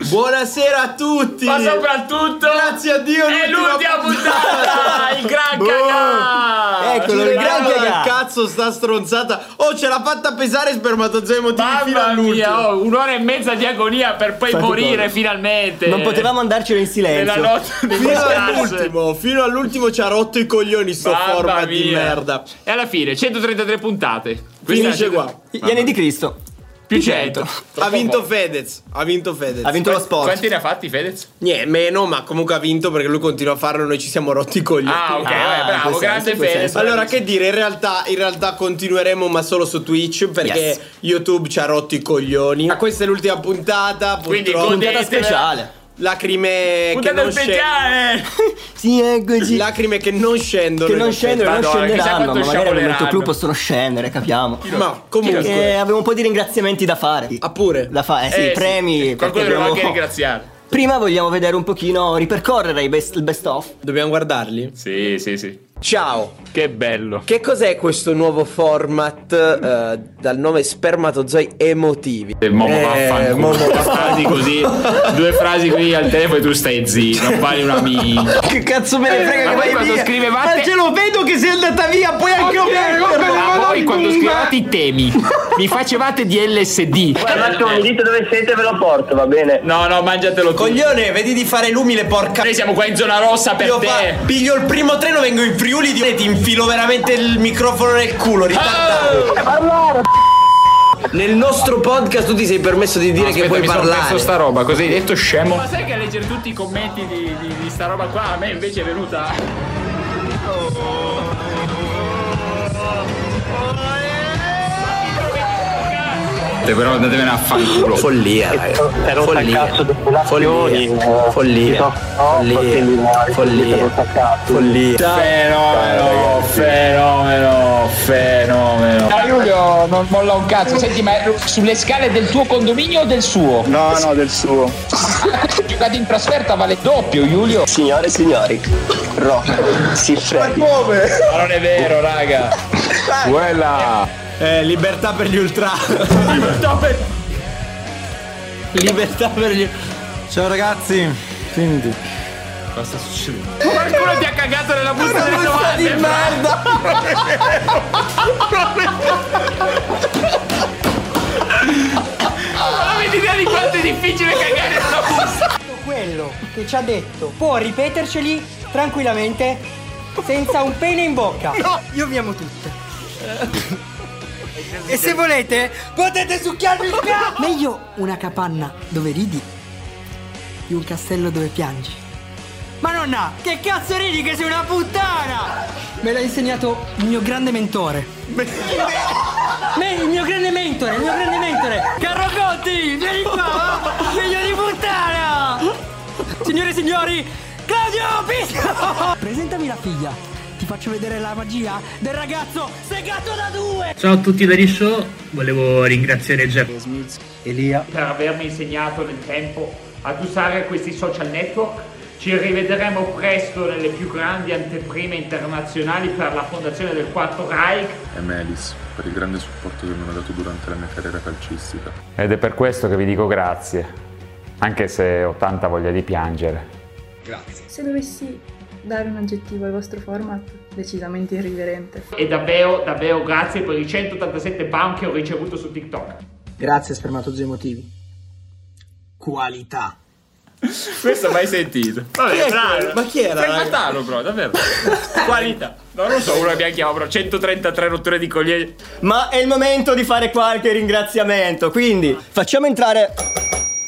Buonasera a tutti! Ma soprattutto, Grazie a Dio! è l'ultima puntata! il gran Boh. Eh, cagà! Eccolo, il Ci gran vediamo. che cazzo sta stronzata! Oh, ce l'ha fatta pesare spermatozoi emotivi fino Mamma all'ultimo! mia, oh, un'ora e mezza di agonia per poi Fate morire cosa? finalmente! Non potevamo andarcene in Eh, Nella silenzio. notte dei Fino podcast. all'ultimo, fino all'ultimo ci ha rotto i coglioni sto Mamma format di mia. merda. E alla fine, 133 puntate. Questa Finisce è- qua. Gli anni di Cristo. Più 100. Ha vinto Fedez, ha vinto Fedez. Ha vinto lo sport. Quanti ne ha fatti Fedez? Niente, meno, ma comunque ha vinto perché lui continua a farlo e noi ci siamo rotti i coglioni. Ah, ok, Ah, vabbè, in quel bravo, senso, grande in quel Fedez. senso. Allora, che dire, in realtà, in realtà continueremo ma solo su Twitch perché Yes. YouTube ci ha rotto i coglioni. Ma questa è l'ultima Ah. puntata, Quindi purtroppo. godete- Puntata speciale. Lacrime che, Puntata non scendono, speciale! Sì, eccoci. lacrime che non scendono. Che non in scendono, non Madonna, chissà scenderanno. quanto Ma magari al momento sciaboleranno. clou possono scendere, capiamo. effetti. Ma comunque, Perché avevo un po' di ringraziamenti da fare. ah pure. Da fa- eh sì, Eh, premi. perché Qualcuno dobbiamo abbiamo- anche ringraziare. Prima vogliamo vedere un pochino, ripercorrere i best- il best of. Dobbiamo guardarli. Sì, sì, sì. Ciao. Che bello. Che cos'è questo nuovo format eh, dal nome spermatozoi emotivi? E Momo Eh, vaffanculo Momo Due frasi così Due frasi qui al telefono e tu stai zitto Non fai una minchia Che cazzo me ne frega Eh, che Ma poi vai quando via? scrivevate- Ma ce lo vedo che sei andata via, poi anche Ma io voi quando scrivevate i temi Mi facevate di LSD dite dove siete ve lo porto, va bene? No no mangiatelo tu Coglione, vedi di fare l'umile, porca. Noi siamo qua in zona rossa per Io te fa- piglio il primo treno, vengo in Friuli di- e ti infilo veramente il microfono nel culo, ritardato. Ah! Nel nostro podcast tu ti sei permesso di dire Aspetta, mi sono perso sta roba Cosa hai detto scemo? Ma sai che a leggere tutti i commenti di, di- di sta roba qua A me invece è venuta Però andatevene a fanculo Follia, raga. Follia. Follia. Follia. Follia. Follia. Follia. Fenomeno, fenomeno, fenomeno. Ah, Giulio non molla un cazzo. Senti, ma sulle scale del tuo condominio o del suo? No, no, del suo. Giocate in trasferta vale il doppio, Giulio. Signore e signori, rock, si freghi. Ma non è vero, raga. Eh, libertà per gli ultra. libertà per gli Ciao ragazzi. Quindi. Qualcuno ti ha cagato nella busta delle domande. merda. Ma avete idea di quanto è difficile cagare nella busta? quello che ci ha detto può ripeterceli tranquillamente senza un pene in bocca. Io vi amo tutte. Eh. E se volete, potete succhiarmi il cazzo! Meglio una capanna dove ridi di un castello dove piangi. Ma nonna, che cazzo ridi che sei una puttana? Me l'ha insegnato il mio grande mentore. Me- il mio grande mentore, il mio grande mentore! Carlo Conti, vieni qua! va? Figlio di puttana! Signore e signori, Claudio Pisco! Presentami la figlia. Ti faccio vedere la magia del ragazzo segato da due! Ciao a tutti dagli show, volevo ringraziare Jeff per avermi insegnato nel tempo ad usare questi social network. Ci rivedremo presto nelle più grandi anteprime internazionali per la fondazione del quarto Reich. e Melis per il grande supporto che mi hanno dato durante la mia carriera calcistica. Ed è per questo che vi dico grazie, anche se ho tanta voglia di piangere. Se dovessi dare un aggettivo al vostro format, decisamente irriverente. E davvero, davvero grazie per i 187 pound che ho ricevuto su TikTok. Grazie, spermatozoi emotivi. Qualità. Questo mai sentito. Chi Vabbè, è Eh, bravo. quello? Ma chi era, Frank raga? Matano, bro, davvero. Qualità. No, non so, uno che mi chiama, bro. 133 rotture di coglioni. Ma è il momento di fare qualche ringraziamento. Quindi facciamo entrare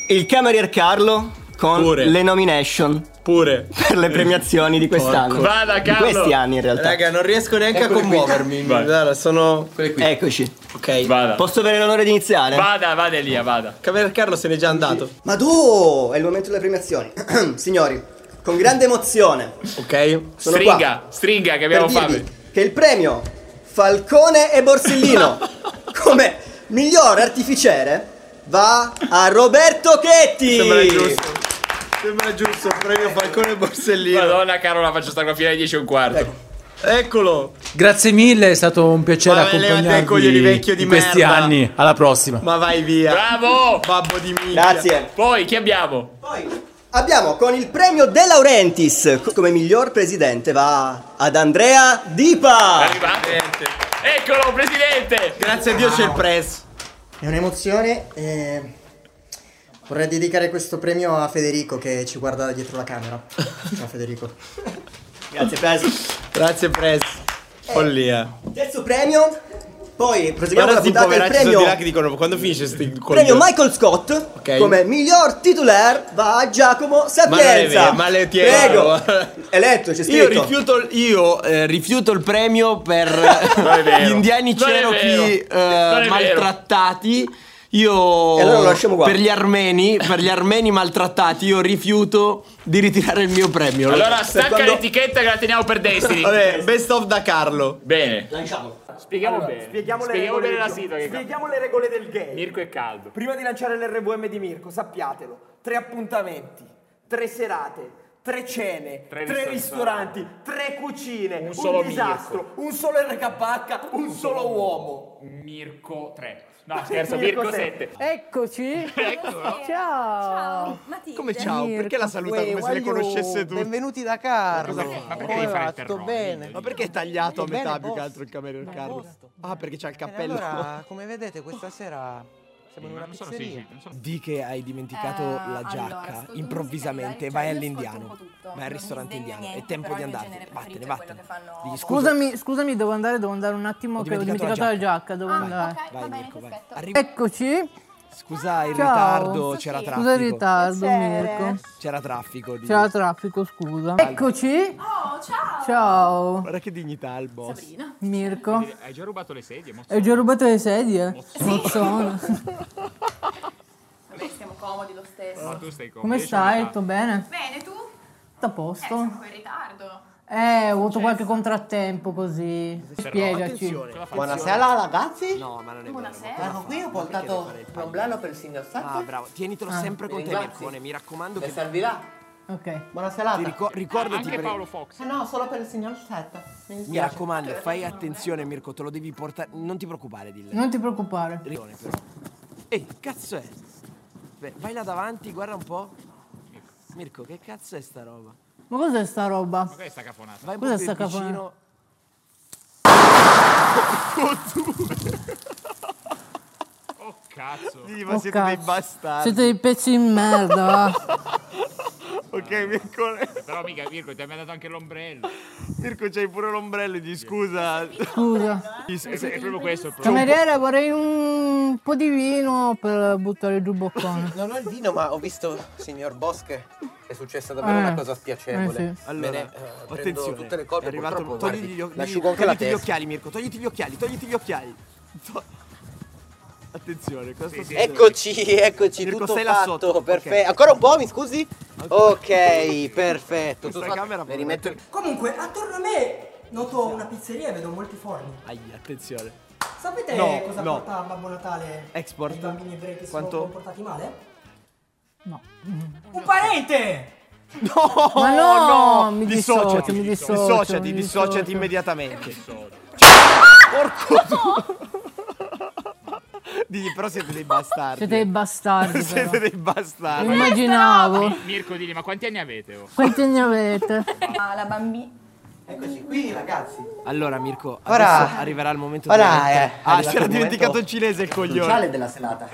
il camerier Carlo con Pure. le nomination. Pure. Per le premiazioni di quest'anno. Porco. Vada, Di Carlo. questi anni in realtà. Raga, non riesco neanche Eccole a qui. commuovermi. Vai. Guarda, sono. Eh, Eccoci. Ok. Vada. Posso avere l'onore di iniziare? Vada, vada Elia, vada. Caver Carlo se n'è già andato. Ma tu! È il momento delle premiazioni. Signori, con grande emozione. Ok. Sono Stringa, stringa che abbiamo per dirvi fame. che il premio Falcone e Borsellino come miglior artificiere va a Roberto Chetti. Sembra giusto. Sembra giusto, premio Falcone e Borsellino. Madonna, caro, la faccio stare qua fino alle 10 e un quarto. Ecco, Eccolo. Grazie mille, è stato un piacere Ma vai, levate i coglioni accompagnarvi vecchio di in questi merda. anni. Alla prossima. Ma vai via. Bravo! Babbo di minchia. Grazie. Poi chi abbiamo? Abbiamo con il premio De Laurentiis co- come miglior presidente va ad Andrea Dipa. Eccolo, presidente! Grazie a Dio c'è il press. È un'emozione. eh, vorrei dedicare questo premio a Federico che ci guarda dietro la camera. Ciao Federico. Grazie Press. Grazie Press. Follia. Terzo premio. Poi proseguiamo la Guarda sti puntata del poveracci sono di là premio che dicono quando finisce sti Premio coglioni?" Michael Scott Ok. come miglior titolare va a Giacomo Ma non è Sapienza. vero, ma le tieni. Prego. Eletto, c'è Io scritto. rifiuto, il- io, eh, rifiuto il premio per è vero. gli indiani Non è Cherokee vero. eh, Non è vero. maltrattati. Io E allora lo lasciamo qua. per gli armeni, per gli armeni maltrattati, io rifiuto di ritirare il mio premio. Lo- Allora per stacca quando- l'etichetta che la teniamo per Destiny. Vabbè, best of da Carlo. Bene. Spieghiamo Allora, bene. Spieghiamo, le Spieghiamo regole bene del la gioco. sigla che Spieghiamo le regole del game. Mirko è caldo. Prima di lanciare l'RVM di Mirko, sappiatelo. Tre appuntamenti, tre serate, tre cene, tre, Tre ristoranti, tre cucine, un, solo disastro, un solo RKH, un, solo uomo. Mirko 3. No, scherzo, Mirko 7. Eccoci. Ciao. Ciao. Come Eh, ciao? Perché la saluta come se le conoscesse tutti? Benvenuti da Carlo. Ma perché devi fare il terrore? bene. Ma perché è tagliato a Bene, metà più boss. che altro il cameriere Carlo? Ah, perché c'ha il cappello. Allora, come vedete, questa sera siamo in una pizzeria. cioè, Di che hai dimenticato eh, la giacca improvvisamente, cioè, vai all'indiano, vai al ristorante indiano, è tempo di andartene, vattene, vattene. Digli, Scusami, scusami, devo andare, devo andare un attimo Ho che ho dimenticato dimenticato la la giacca, Ah, devo andare. vai Mirko, vai. Arriva- Eccoci. Scusa il Ciao. ritardo, c'era traffico. Scusa il ritardo, Mirko. C'era traffico. digli. C'era traffico, scusa. Eccoci. Oh, ciao! Ciao. Guarda che dignità al boss. Mirko. Hai già rubato le sedie? mo? Hai già rubato le sedie? Non sono. Vabbè, stiamo comodi lo stesso. Ma tu stai comodo. Come io stai? sono Tutto bene? Bene, tu? Tutto a Eh, sono posto? qui in ritardo. Eh, ho avuto qualche contrattempo così. Spiegaci. Buonasera ragazzi. No, ma non è Buonasera. Ecco qui ho portato problema per il single Ah, bravo. Tienitelo Ah. sempre con te, Ringrazio. Mircone. Mi raccomando Le che... servirà. Ok. Buona serata. Ti ricor- ricordati pre- Fox. no, solo per il signor Set. Mi raccomando, fai attenzione, Mirko. Te lo devi portare... Non ti preoccupare, dille. Non ti preoccupare. Rione, però. Ehi, che cazzo è? Beh, vai là davanti, guarda un po'. Mirko, che cazzo è sta roba? Ma cos'è sta roba? Che sta cafonata? Vai un Cos'è po' sta più cafonata? vicino. Oh cazzo. Oh, cazzo. Siete dei pezzi di merda. va. Ok, Mirko. Però mica Mirko, ti abbiamo dato anche l'ombrello. Mirko c'hai pure l'ombrello e gli scusa. Scusa. Gli È, è proprio questo il problema. Cameriere, vorrei un po' di vino per buttare giù boccone. Non ho il vino, ma ho visto, signor Bosch, che è successa davvero Eh, una cosa spiacevole. eh sì. Allora, Allora, attenzione, attenzione, tutte le è colpe, arrivato- purtroppo, togli guardi, gli occhi- lasciugo anche la togliti gli testa. occhiali, Mirko, togliti gli occhiali, togliti gli occhiali. To- Attenzione, cosa sta succedendo? Ecco. Eccoci, eccoci, Mirko, tutto stai là fatto, sotto. perfetto. Ok. Ancora un po', mi scusi? Ok, perfetto. Questa Tutto fatto. camera Mi rimetto il... Comunque, attorno a me noto una pizzeria e vedo molti forni. Aia, attenzione. Sapete No, Eh, cosa no. porta Babbo Natale Export. ai bambini ebrei che Quanto? sono comportati male? No. Un parente! No, Ma no, mi dissocio, dissociati, mi dissocio, dissociati, mi dissociati dissocio. immediatamente. Cioè, Porco Digli, però siete dei bastardi. Siete dei bastardi, siete però. dei bastardi. Lo immaginavo. Mi- Mirko, digli, ma quanti anni avete? oh? Quanti ne avete? Ah, la bambina. Eccoci qui, ragazzi. Allora, Mirko, Ora- adesso arriverà il momento ora veramente- è Ah, arrivato si era il dimenticato momento il cinese, il coglione. cruciale della serata.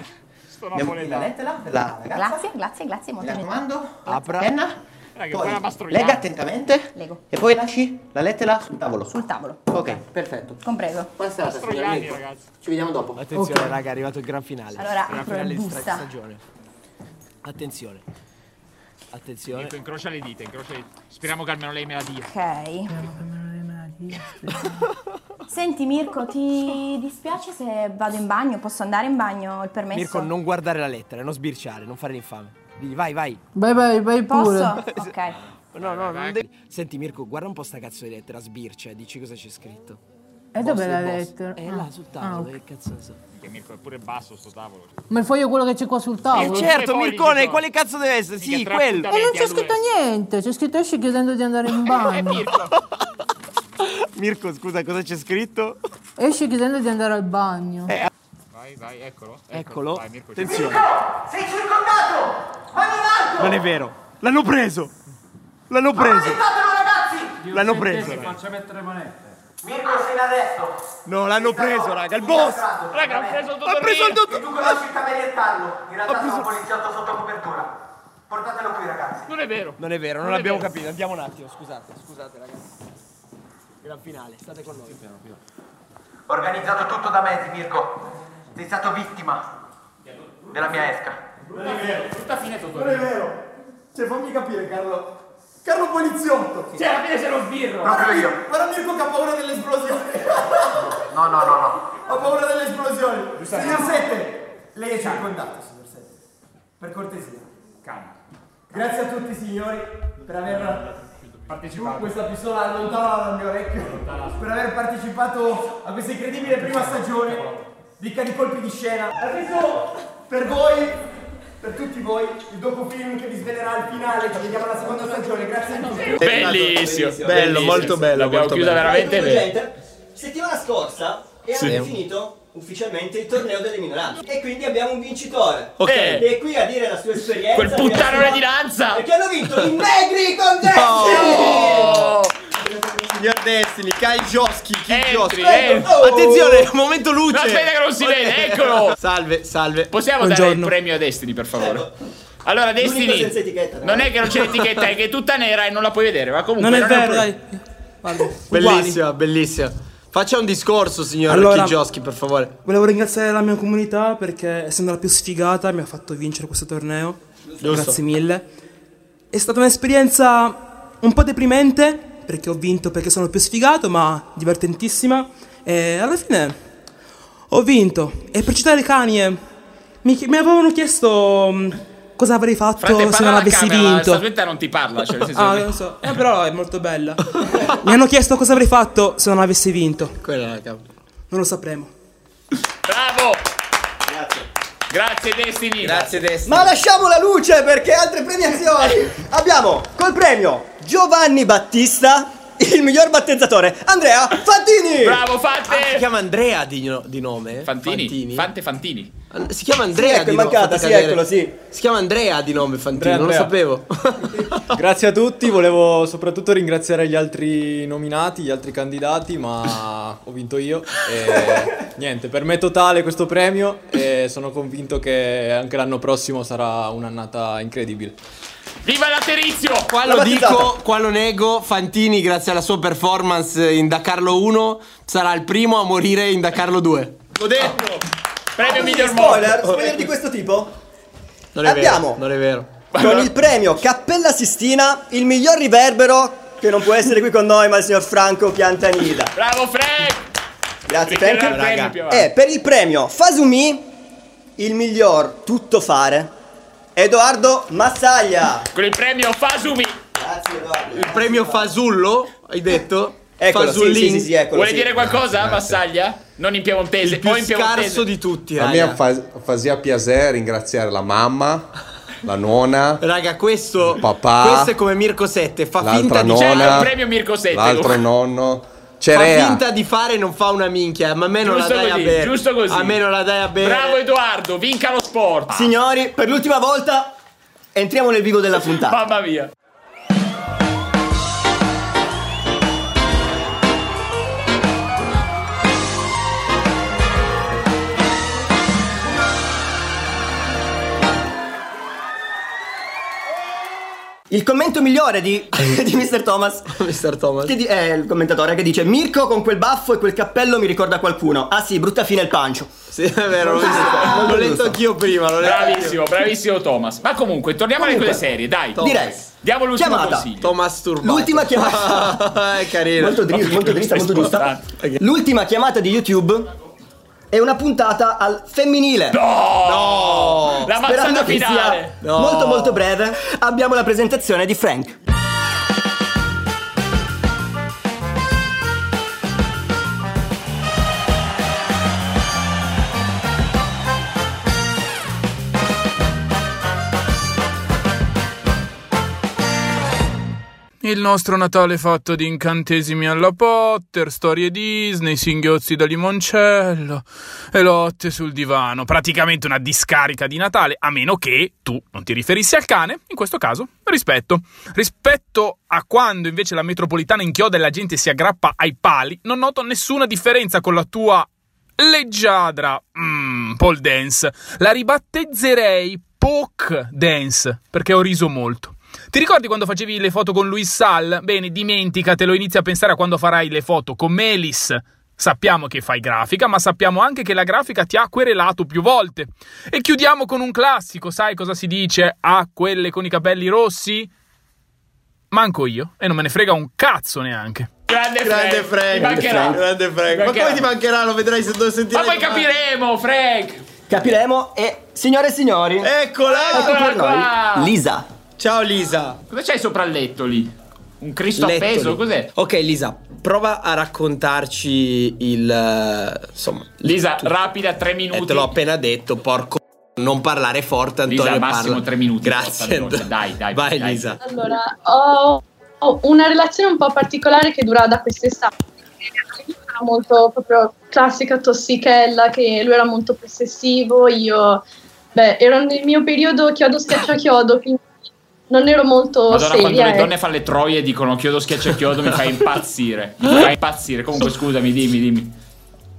Sto napoletano. la ragazza. Grazie, grazie, grazie. Mi Molto raccomando, bene. apra penna. Raga, Poi buona pastruglia. lega attentamente Lego. e poi lasci la lettera sul tavolo. Sul tavolo. Ok, perfetto. Comprego. Buona serata, signor Mirko. Ci vediamo dopo. Attenzione, Ok. raga, è arrivato il gran finale. Allora, gran apro la finale di stra- busta. stagione. Attenzione. Attenzione. Nico, incrocia le dita, incrocia le dita. Speriamo che almeno lei me la dia. Ok. Senti Mirko, ti dispiace se vado in bagno? Posso andare in bagno? Ho il permesso? Mirko, non guardare la lettera, non sbirciare, non fare l'infame. Digli, vai, vai. Vai, vai, vai pure. Eh, Posso? Ok. No, no, non devi- Senti Mirko, guarda un po' sta cazzo di lettera, sbircia, dici cosa c'è scritto. E Boss dov'è la del boss. lettera? È Ah. là sul tavolo, Ah, ok. che cazzo ne so. Che Mirko è pure basso sto tavolo. Ma il foglio è quello che c'è qua sul tavolo. Eh, certo, Mircone, quale cazzo deve essere? Sì, Minchia, tre quello. E non c'è scritto niente, c'è scritto esci chiedendo di andare in bagno. Mirko, scusa, cosa c'è scritto? Esci chiedendo di andare al bagno. Eh. Vai, vai, eccolo. Eccolo. Vai, Mirko, ci Attenzione. Sei circondato! Vanno in alto! Non è vero. L'hanno preso. L'hanno preso. Aiutatelo, ragazzi! L'hanno preso. faccia mettere monete. Mirko, sei da destra. No, l'hanno preso, raga. Il boss. Raga, ho preso il Ha preso il dottor. E tu conosci il cameriettarlo. In realtà sono un poliziotto sotto copertura. Portatelo qui, ragazzi. Non è vero. Non è vero, non, Non è abbiamo vero. capito. Andiamo un attimo, scusate, scusate, ragazzi. Gran finale, state con noi. Organizzato tutto da mezzi, Mirko. Sei stato vittima della mia esca. Non è vero. Brutta fine sotto Non è vero. Cioè, fammi capire, Carlo. Carlo poliziotto. Cioè, alla fine c'era un sbirro. Proprio io. Guarda Mirko che ha paura dell'esplosione. No, no, no, no. Ho paura delle esplosioni. Signor Signor Sette, lei è circondato, signor Sette. Per cortesia. Grazie a tutti, signori, per aver partecipato. Questa pistola allontanala dal mio orecchio. Per aver partecipato a questa incredibile prima stagione, ricca di colpi di scena. Adesso, per voi, per tutti voi, il docufilm che vi svelerà il finale. Ci vediamo alla seconda stagione. Grazie a tutti. Bellissimo. Bello, molto bello, L'abbiamo molto chiusa bello. veramente bene. Gente, settimana scorsa è Sì. anche finito ufficialmente il torneo delle minoranze e quindi abbiamo un vincitore Ok. che è qui a dire la sua esperienza Quel puttanone di lanza perché hanno vinto i negri con Destiny No! Signor Destiny, Kai Joschi, Kai Joschi. entri. Oh! Attenzione, momento luce. No, aspetta che non si vede, eccolo. Salve, salve. Possiamo dare il premio a Destiny, per favore? Allora, L'unico Destiny, senza etichetta, non è che non c'è l'etichetta, è che è tutta nera e non la puoi vedere, ma comunque... Non è un vero, problema. Bellissima, bellissima. Faccia un discorso, signor Allora- Kijoschi, per favore. Volevo ringraziare la mia comunità perché essendo la più sfigata mi ha fatto vincere questo torneo. Giusto. Grazie mille. È stata un'esperienza un po' deprimente perché ho vinto perché sono il più sfigato, ma divertentissima. E alla fine ho vinto. E per citare Kanye, mi, chi- mi avevano chiesto mm, cosa avrei fatto Frate, se parla non alla avessi camera, la vinto. statuetta non ti parla, cioè, nel senso... Ah, non so. Eh, però è molto bella. mi hanno chiesto cosa avrei fatto se non avessi vinto. Quella è la cavolo. Non lo sapremo. Bravo! Grazie. Grazie Destiny. Grazie Destiny. ma lasciamo la luce perché altre premiazioni abbiamo col premio Giovanni Battista il miglior battezzatore Andrea Fantini Bravo Fante Ah, Eh, Si chiama Andrea di, no- di nome? Fantini. Fante Fantini. An- Si chiama Sì, Andrea ecco, è di nome. mancata, fate sì, cadere. eccolo, sì. Si chiama Andrea di nome Fantini, Andrea, non lo Andrea. sapevo. Grazie a tutti, volevo soprattutto ringraziare gli altri nominati, gli altri candidati, ma ho vinto io. E niente, per me è totale questo premio e sono convinto che anche l'anno prossimo sarà un'annata incredibile. Viva l'Aterizio! Qua lo dico, qua lo nego, Fantini grazie alla sua performance in Dakarlo 1 sarà il primo a morire in Dakarlo 2. L'ho detto! Ah, Premio miglior spoiler, morto. spoiler di questo tipo Non è Abbiamo- vero, non è vero. con il premio Cappella Sistina, il miglior riverbero che non può essere qui con noi, ma il signor Franco Piantanida. Bravo Frank! Grazie Ricchierà Franco. il premio più avanti. E per il premio Fasumi, il miglior tuttofare, Edoardo Massaglia. Con il premio Fasumi. Grazie Edoardo. Il premio Fasullo, hai detto? Eccolo, sì, Fasullin. sì, sì, sì, eccolo, Vuole dire qualcosa, Massaglia? Non in piemontese, Il più o in piemontese. scarso di tutti, A raga. me fa- faceva piacere ringraziare la mamma, la nonna, Raga, Ah. questo, papà. questo è come Mirko 7, fa L'altra finta di nonna. C'è il premio Mirko 7, l'altro comunque. nonno, Fa Cerea. finta di fare e non fa una minchia, ma a me non Giusto la dai così, a bere. giusto così. A me non la dai a bere. Bravo Edoardo, vinca lo sport. Signori, per l'ultima volta entriamo nel vivo della puntata. Mamma mia. Il commento migliore di, di Mr. Thomas. Mr. Thomas. Che di- è il commentatore che dice: Mirko con quel baffo e quel cappello mi ricorda qualcuno. Ah sì, brutta fine il pancio. Sì, è vero, l'ho, visto- l'ho letto anch'io prima. L'ho letto Bravissimo, bravissimo Thomas. Ma comunque, torniamo alle Comunque, quelle serie, dai. Thomas. Direi. Diamo l'ultimo Chiamata. consiglio. Thomas Turbato. L'ultima chiamata. è carino. Molto, dri- molto dritta, molto giusta. L'ultima chiamata di YouTube è una puntata al femminile. No! La Sperando mazzata che sia finale. molto molto breve, abbiamo la presentazione di Frank. Il nostro Natale è fatto di incantesimi alla Potter, storie Disney, singhiozzi da limoncello e lotte sul divano. Praticamente una discarica di Natale, a meno che tu non ti riferissi al cane, in questo caso rispetto. Rispetto a quando invece la metropolitana inchioda e la gente si aggrappa ai pali, non noto nessuna differenza con la tua leggiadra mm, pole dance. La ribattezzerei poke dance, perché ho riso molto. Ti ricordi quando facevi le foto con Luis Sal? Bene, dimenticatelo, inizia a pensare a quando farai le foto con Melis. Sappiamo che fai grafica, ma sappiamo anche che la grafica ti ha querelato più volte. E chiudiamo con un classico, sai cosa si dice a quelle con i capelli rossi? Manco io, e non me ne frega un cazzo neanche. Grande, Grande Frank, Frank. Mi mancherà. grande Frank. Ma Mi come ti mancherà? Lo vedrai se lo Ma sentirai. poi domani. capiremo, Frank. Capiremo e signore e signori, Eh, Eccola! ecco per Eccola qua. noi Lisa. Ciao Lisa. Cosa c'hai sopra il letto lì? Un Cristo Letto appeso? lì. Cos'è? Ok, Lisa, prova a raccontarci il. eh, insomma. Lisa, rapida, tre minuti. Eh, te l'ho appena detto, porco. Non parlare forte, Antonio. Lisa, massimo parla. tre minuti. Grazie. porta veloce. Dai, dai. Vai, dai. Lisa. Allora, ho, ho una relazione un po' particolare che dura da quest'estate. Era molto proprio classica tossichella, che lui era molto possessivo, io beh, ero nel mio periodo chiodo schiaccia chiodo, quindi non ero molto Madonna, quando seria. le donne ecco. fanno le troie e dicono chiodo schiaccia chiodo mi fa impazzire. Mi fa impazzire. Comunque, scusami, dimmi, dimmi.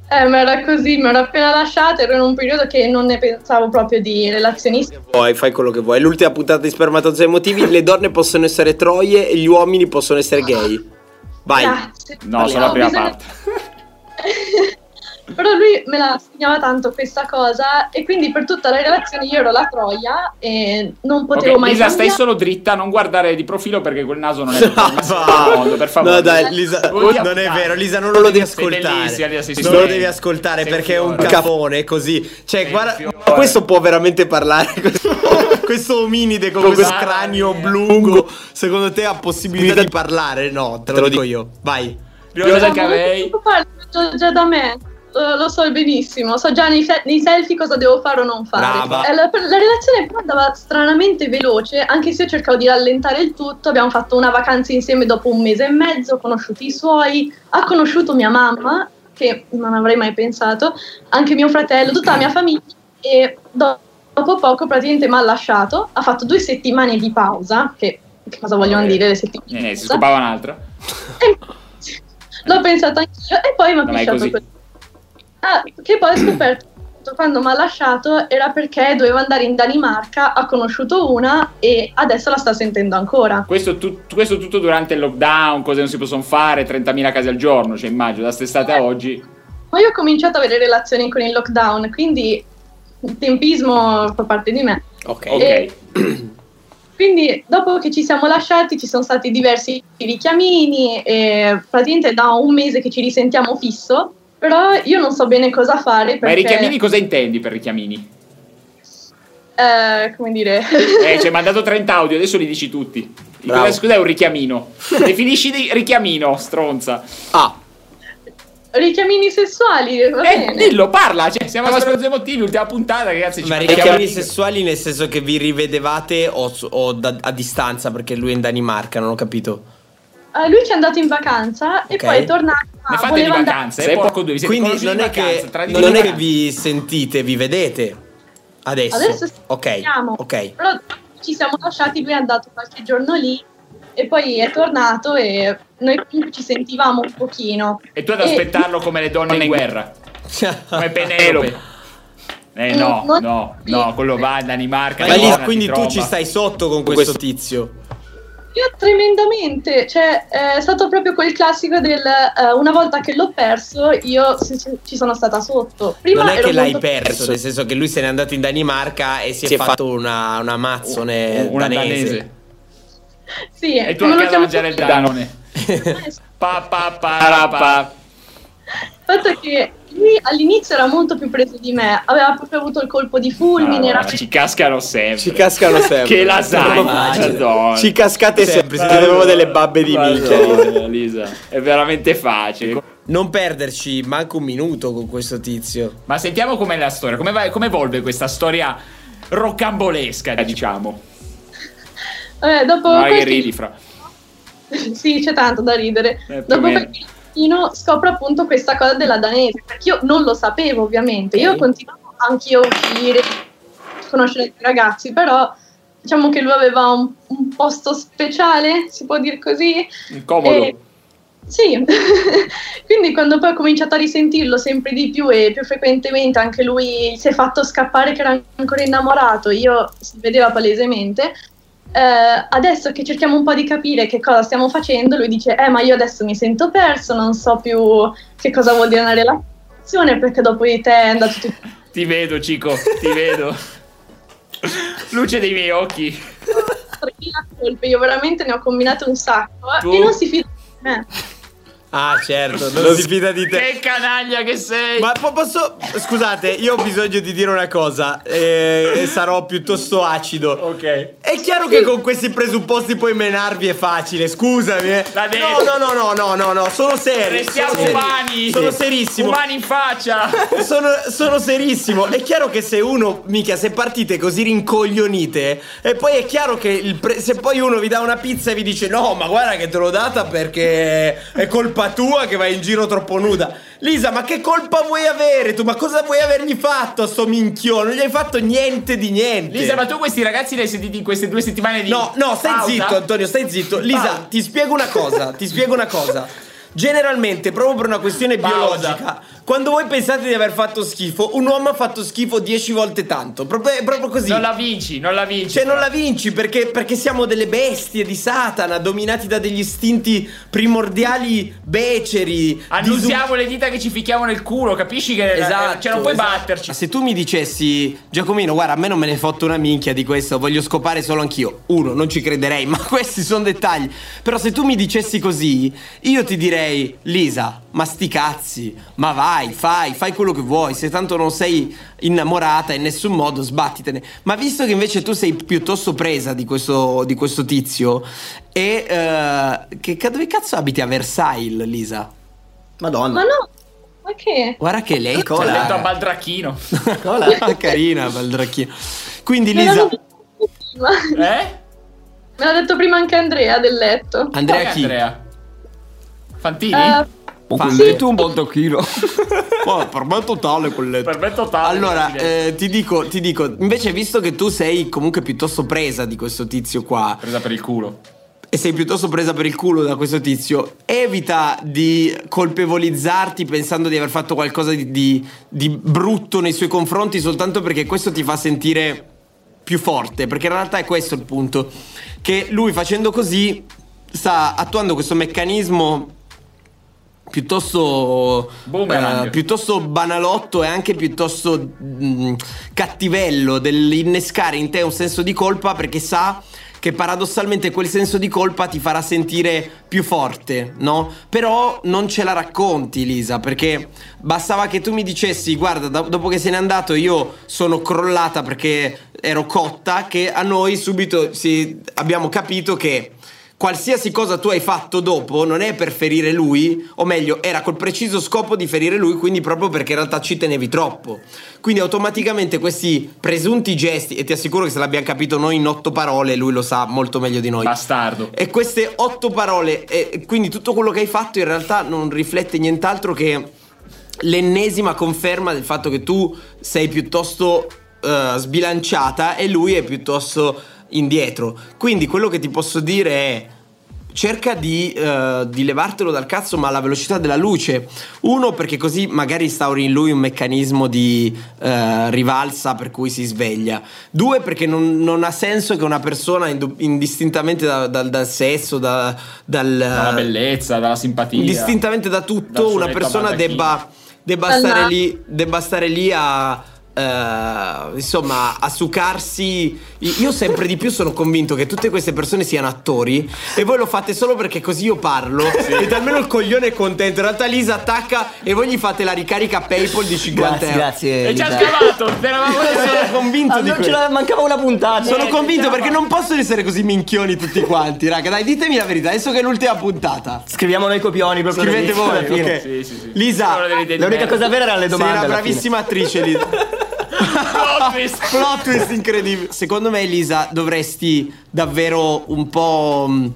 Eh, ma era così, mi ero appena lasciata, ero in un periodo che non ne pensavo proprio di relazionisti. Poi fai quello che vuoi. È l'ultima puntata di spermatozoi emotivi. le donne possono essere troie e gli uomini possono essere gay. Vai. Grazie. No, Ho bisogno- Però lui me la segnava tanto questa cosa e quindi per tutta la relazione io ero la troia e non potevo Ok, mai Lisa, stai cambiare. solo dritta, non guardare di profilo perché quel naso non è proprio modo, per favore. No, dai, Lisa, Vogliamo- non è vero, Lisa, non lo devi Sei bellissima, ascoltare. Lisa, sei Non lo stupenda. devi ascoltare Sei perché è un fiore. cafone così. Cioè, guarda, questo può veramente parlare. Questo, questo ominide con Con questo questa- cranio lungo, secondo te ha possibilità di parlare? No, te lo dico io. Vai. No, ma non ti preoccupare, lo so già da me. Lo lo so benissimo, so già nei, se- nei selfie cosa devo fare o non fare. Brava. Eh, La, la relazione però andava stranamente veloce, anche se io cercavo di rallentare il tutto. Abbiamo fatto una vacanza insieme dopo un mese e mezzo, ho conosciuto i suoi, ha conosciuto mia mamma, che non avrei mai pensato, anche mio fratello, tutta la mia famiglia. E do- dopo poco praticamente mi ha lasciato, ha fatto due settimane di pausa, che, che cosa vogliono Ok. dire le settimane? di Eh, si pausa? scopava un'altra. L'ho pensato anch'io e poi mi ha No, ma è pisciato così. quello. Ah, che poi ho scoperto quando mi ha lasciato era perché doveva andare in Danimarca, ha conosciuto una e adesso la sta sentendo ancora. Questo, tu- questo tutto durante il lockdown, cose non si possono fare, 30.000 casi al giorno, cioè immagino, da st'estate Eh, a oggi. Ma io ho cominciato ad avere relazioni con il lockdown, quindi il tempismo fa parte di me. Ok. E- Quindi dopo che ci siamo lasciati ci sono stati diversi richiamini e praticamente da un mese che ci risentiamo fisso, però io non so bene cosa fare perché... Ma i richiamini cosa intendi per richiamini? Eh, come dire... Eh, ci hai mandato 30 audio, adesso li dici tutti. Bravo. Cos'è, cos'è un richiamino? Definisci di- richiamino, stronza. Ah. Richiamini sessuali, va Eh, bene. dillo, parla, cioè, siamo a Spero Motivi, ultima puntata, ragazzi. Ci Ma mandiamo- richiami sessuali nel senso che vi rivedevate o, o da- a distanza perché lui è in Danimarca, non ho capito. Eh, lui ci è andato in vacanza e Ok. poi è tornato. ma Ne fate voleva di andare- vacanze, eh, porco due, vi siete Quindi conosciuti non in è che, vacanza, tra di non voi è che vacanze. vi sentite, vi vedete. Adesso. Adesso sì, ok. siamo. Ok. Però ci siamo lasciati, lui è andato qualche giorno lì e poi è tornato e noi comunque ci sentivamo un pochino. E tu ad aspettarlo come le donne in guerra. Come Penelope. Eh no, no, no, quello va in Danimarca. Ma lì, torna, ti quindi tu trova. ci stai sotto con questo tizio. Io tremendamente, cioè è stato proprio quel classico del eh, una volta che l'ho perso io si- ci- ci sono stata sotto. Prima non è ero che l'hai molto- perso, nel senso che lui se n'è andato in Danimarca e si, è, fatto, una, una mazzone Una danese. danese. Sì, E tu me a lo casa chiamo- Eh, mangiare il danone. pa pa pa pa. il fatto è che lui all'inizio era molto più preso di me, aveva proprio avuto il colpo di fulmine, era Allora, Ah, ci cascano sempre. Ci cascano sempre. che lasagna, Ci- madonna. Ci cascate sempre, siete Madonna. proprio delle babbe di minchia. Madonna, Lisa. È veramente facile. Non perderci manco un minuto con questo tizio. Ma sentiamo com'è la storia, come, va- come evolve questa storia rocambolesca, Eh, diciamo. Vabbè, eh, dopo Ma che quel ridi fra. sì, c'è tanto da ridere. Eh, più o Dopo meno. quel filino scopro appunto questa cosa della danese, perché io non lo sapevo ovviamente, io continuavo anch'io a uscire, a conoscere i ragazzi, però diciamo che lui aveva un, un posto speciale, si può dire così. Incomodo. E- Eh, sì, quindi quando poi ho cominciato a risentirlo sempre di più e più frequentemente anche lui si è fatto scappare che era ancora innamorato, io si vedeva palesemente, eh, adesso che cerchiamo un po' di capire che cosa stiamo facendo, lui dice: Eh, ma io adesso mi sento perso, non so più che cosa vuol dire una relazione, perché dopo di te è andato tutto. Ti vedo, Cico, ti vedo. Luce dei miei occhi. 3000 colpe. Io veramente ne ho combinate un sacco. eh, Tu? E non si fida di me. Ah, certo, Lo non si s- fida di te. Che canaglia che sei! Ma po- posso. Scusate, io ho bisogno di dire una cosa. eh, e sarò piuttosto acido. Ok. È chiaro che con questi presupposti poi menarvi è facile, scusami. eh. Va bene. No, no, no, no, no, no, no, sono serio. Restiamo sono serio. umani. Sono serissimo. Umani in faccia. Sono, sono serissimo. È chiaro che se uno, mica, se partite così rincoglionite, e poi è chiaro che il pre- se poi uno vi dà una pizza e vi dice no, ma guarda che te l'ho data perché è colpa tua che vai in giro troppo nuda. Lisa, ma che colpa vuoi avere tu? Ma cosa vuoi avergli fatto a sto minchione? Non gli hai fatto niente di niente. Lisa, ma tu questi ragazzi li hai sentiti in queste due settimane di. No, no, stai pausa? zitto, Antonio, stai zitto. Lisa, ti spiego una cosa, ti spiego una cosa. Generalmente, proprio per una questione biologica, quando voi pensate di aver fatto schifo, un uomo ha fatto schifo dieci volte tanto. Proprio, è proprio così. Non la vinci, non la vinci. Cioè, non la vinci perché, perché siamo delle bestie di Satana, dominati da degli istinti primordiali beceri. Annusiamo le dita che ci ficchiamo nel culo, capisci che Esatto, cioè non puoi esatto. batterci. Ma Se tu mi dicessi, Giacomino, guarda, a me non me ne fotto una minchia di questo, voglio scopare solo anch'io. Uno, non ci crederei, ma questi sono dettagli. Però se tu mi dicessi così, io ti direi, Lisa, ma sti cazzi, ma vai, fai, fai quello che vuoi. Se tanto non sei innamorata in nessun modo, sbattitene. Ma visto che invece tu sei piuttosto presa di questo, di questo tizio, e eh, che, ca- dove cazzo abiti a Versailles, Lisa? Madonna. Ma no, ma che? Guarda che lei Ho Cioè, detto a Baldracchino. Ah, carina, Baldracchino. Quindi Me l'ha Lisa, detto prima. Eh? Me l'ha detto prima anche Andrea del letto. Andrea chi? Fantini? Ah, Eh, tu un baldacchino. per me è totale quel letto. Per me è totale. Allora, eh, ti, dico, ti dico, invece visto che tu sei comunque piuttosto presa di questo tizio qua. Presa per il culo. E sei piuttosto presa per il culo da questo tizio. Evita di colpevolizzarti pensando di aver fatto qualcosa di, di- di brutto nei suoi confronti soltanto perché questo ti fa sentire più forte. Perché in realtà è questo il punto. Che lui facendo così sta attuando questo meccanismo piuttosto Boomerang. eh, piuttosto banalotto e anche piuttosto mm, cattivello dell'innescare in te un senso di colpa perché sa che paradossalmente quel senso di colpa ti farà sentire più forte, no? Però non ce la racconti, Lisa, perché bastava che tu mi dicessi, guarda, do- dopo che se n'è andato io sono crollata perché ero cotta, che a noi subito si- abbiamo capito che Qualsiasi cosa tu hai fatto dopo non è per ferire lui, o meglio, era col preciso scopo di ferire lui, quindi proprio perché in realtà ci tenevi troppo. Quindi automaticamente questi presunti gesti, e ti assicuro che se l'abbiamo capito noi in otto parole, lui lo sa molto meglio di noi. Bastardo. E queste otto parole, e quindi tutto quello che hai fatto in realtà non riflette nient'altro che l'ennesima conferma del fatto che tu sei piuttosto eh, sbilanciata e lui è piuttosto indietro. Quindi quello che ti posso dire è cerca di, eh, di levartelo dal cazzo, ma alla velocità della luce. Uno, perché così magari instauri in lui un meccanismo di eh, rivalsa per cui si sveglia. Due, perché non, non ha senso che una persona, indu- indistintamente da- dal, dal sesso, da- dal, eh, Dalla bellezza, dalla simpatia. indistintamente da Dal tutto, suo una letto a persona baldacchino. debba, debba Dal stare naso. lì, debba stare lì a. eh, insomma, a succarsi. I- Io sempre di più sono convinto che tutte queste persone siano attori. E voi lo fate solo perché così io parlo. E almeno il coglione è contento. In realtà Lisa attacca e voi gli fate la ricarica PayPal di 50 Grazie, euro. grazie, E ci ha Lisa. scavato, Sono convinto Ah, di non ce questo. la- mancava una puntata. Sono Eh, convinto già. perché non possono essere così minchioni tutti quanti, raga. Dai, ditemi la verità. Adesso che è l'ultima puntata. Scriviamo noi copioni proprio Scrivete all'inizio, voi, alla fine. ok. Lisa, L'unica cosa vera era le domande. Sei una alla bravissima attrice, Lisa. Plot twist. incredibile. Secondo me, Lisa, dovresti davvero un po' mh,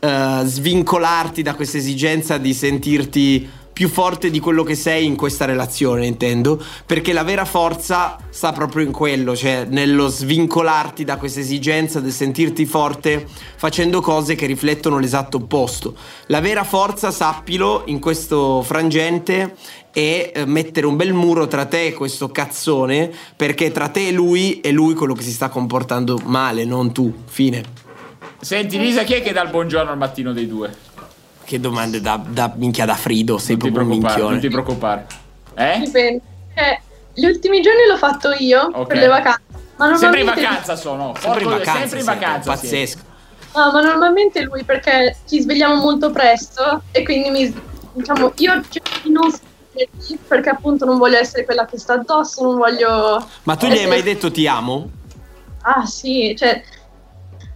eh, svincolarti da questa esigenza di sentirti più forte di quello che sei in questa relazione, intendo, perché la vera forza sta proprio in quello, cioè nello svincolarti da questa esigenza del sentirti forte facendo cose che riflettono l'esatto opposto. La vera forza, sappilo, in questo frangente è eh, mettere un bel muro tra te e questo cazzone, perché tra te e lui è lui quello che si sta comportando male, non tu. Fine. Senti, Lisa, chi è che dà il buongiorno al mattino dei due? Che domande da, da minchia da Frido, sei proprio un preoccupare, minchione. non ti preoccupare. Eh? Dipende. Eh, gli ultimi giorni l'ho fatto io Ok. per le vacanze. Ma Sempre in normalmente, vacanza sono. Sempre in porco- vacanza, Sempre in siete, vacanza. siete. Pazzesco. no, ma normalmente lui perché ci svegliamo molto presto e quindi mi, diciamo, io cerco di non svegliarmi perché appunto non voglio essere quella che sta addosso, non voglio... Ma tu gli hai mai detto ti amo? Ah sì, cioè...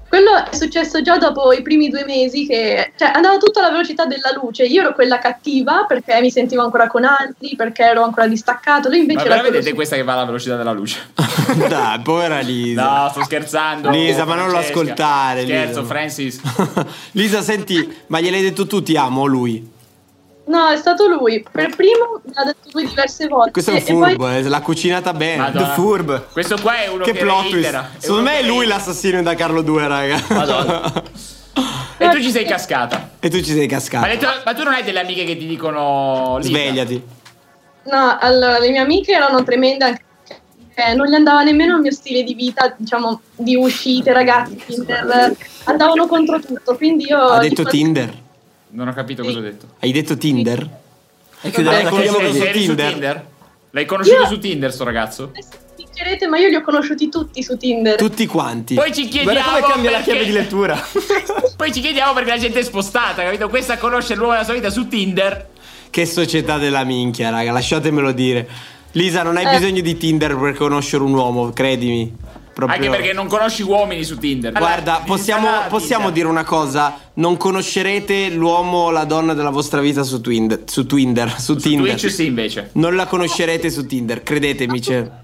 Quello è successo già dopo i primi due mesi che cioè, andava tutto alla velocità della luce. Io ero quella cattiva perché mi sentivo ancora con altri, perché ero ancora distaccato. Lui Ma invece però era quello vedete questa che va alla velocità della luce. Dai, povera Lisa. No, sto scherzando. Lisa, ma non lo Francesca. ascoltare, Lisa. Scherzo, Francis. Lisa, senti, ma gliel'hai detto tu ti amo o lui? No, è stato lui. Per primo me l'ha detto lui diverse volte. Questo è un e poi- furbo, eh, l'ha cucinata bene. Madonna. The furb. Questo qua è uno Che che, plot twist. reitera. È Secondo uno me che è lui l'assassino da Carlo 2, raga. E tu ci sei cascata. e tu ci sei Ma, cascato. le tue- ma tu non hai delle amiche che ti dicono. Lisa? Svegliati. No, allora, le mie amiche erano tremende anche perché eh, non gli andava nemmeno il mio stile di vita, diciamo, di uscite, ragazzi, Tinder. Andavano contro tutto, quindi io... Ha detto tipo- Tinder. Non ho capito cosa ho detto. Hai detto Tinder? E chiudiamo L'hai la conosciuto chiudiamo su eri su Tinder. Tinder? L'hai conosciuto Io- su Tinder, sto ragazzo? Direte, ma io li ho conosciuti tutti su Tinder. Tutti quanti. Poi ci chiediamo. Guarda come cambia la perché- chiave di lettura. Poi ci chiediamo perché la gente è spostata, capito? Questa conosce l'uomo della sua vita su Tinder. Che società della minchia, raga, lasciatemelo dire. Lisa, non hai Eh. bisogno di Tinder per conoscere un uomo, credimi. Proprio. Anche perché non conosci uomini su Tinder. Guarda, possiamo, possiamo dire una cosa: non conoscerete l'uomo o la donna della vostra vita su Twinder. Su, Twinder, su Tinder. Twitch sì, invece. Non la conoscerete su Tinder, credetemi. cioè. C'è.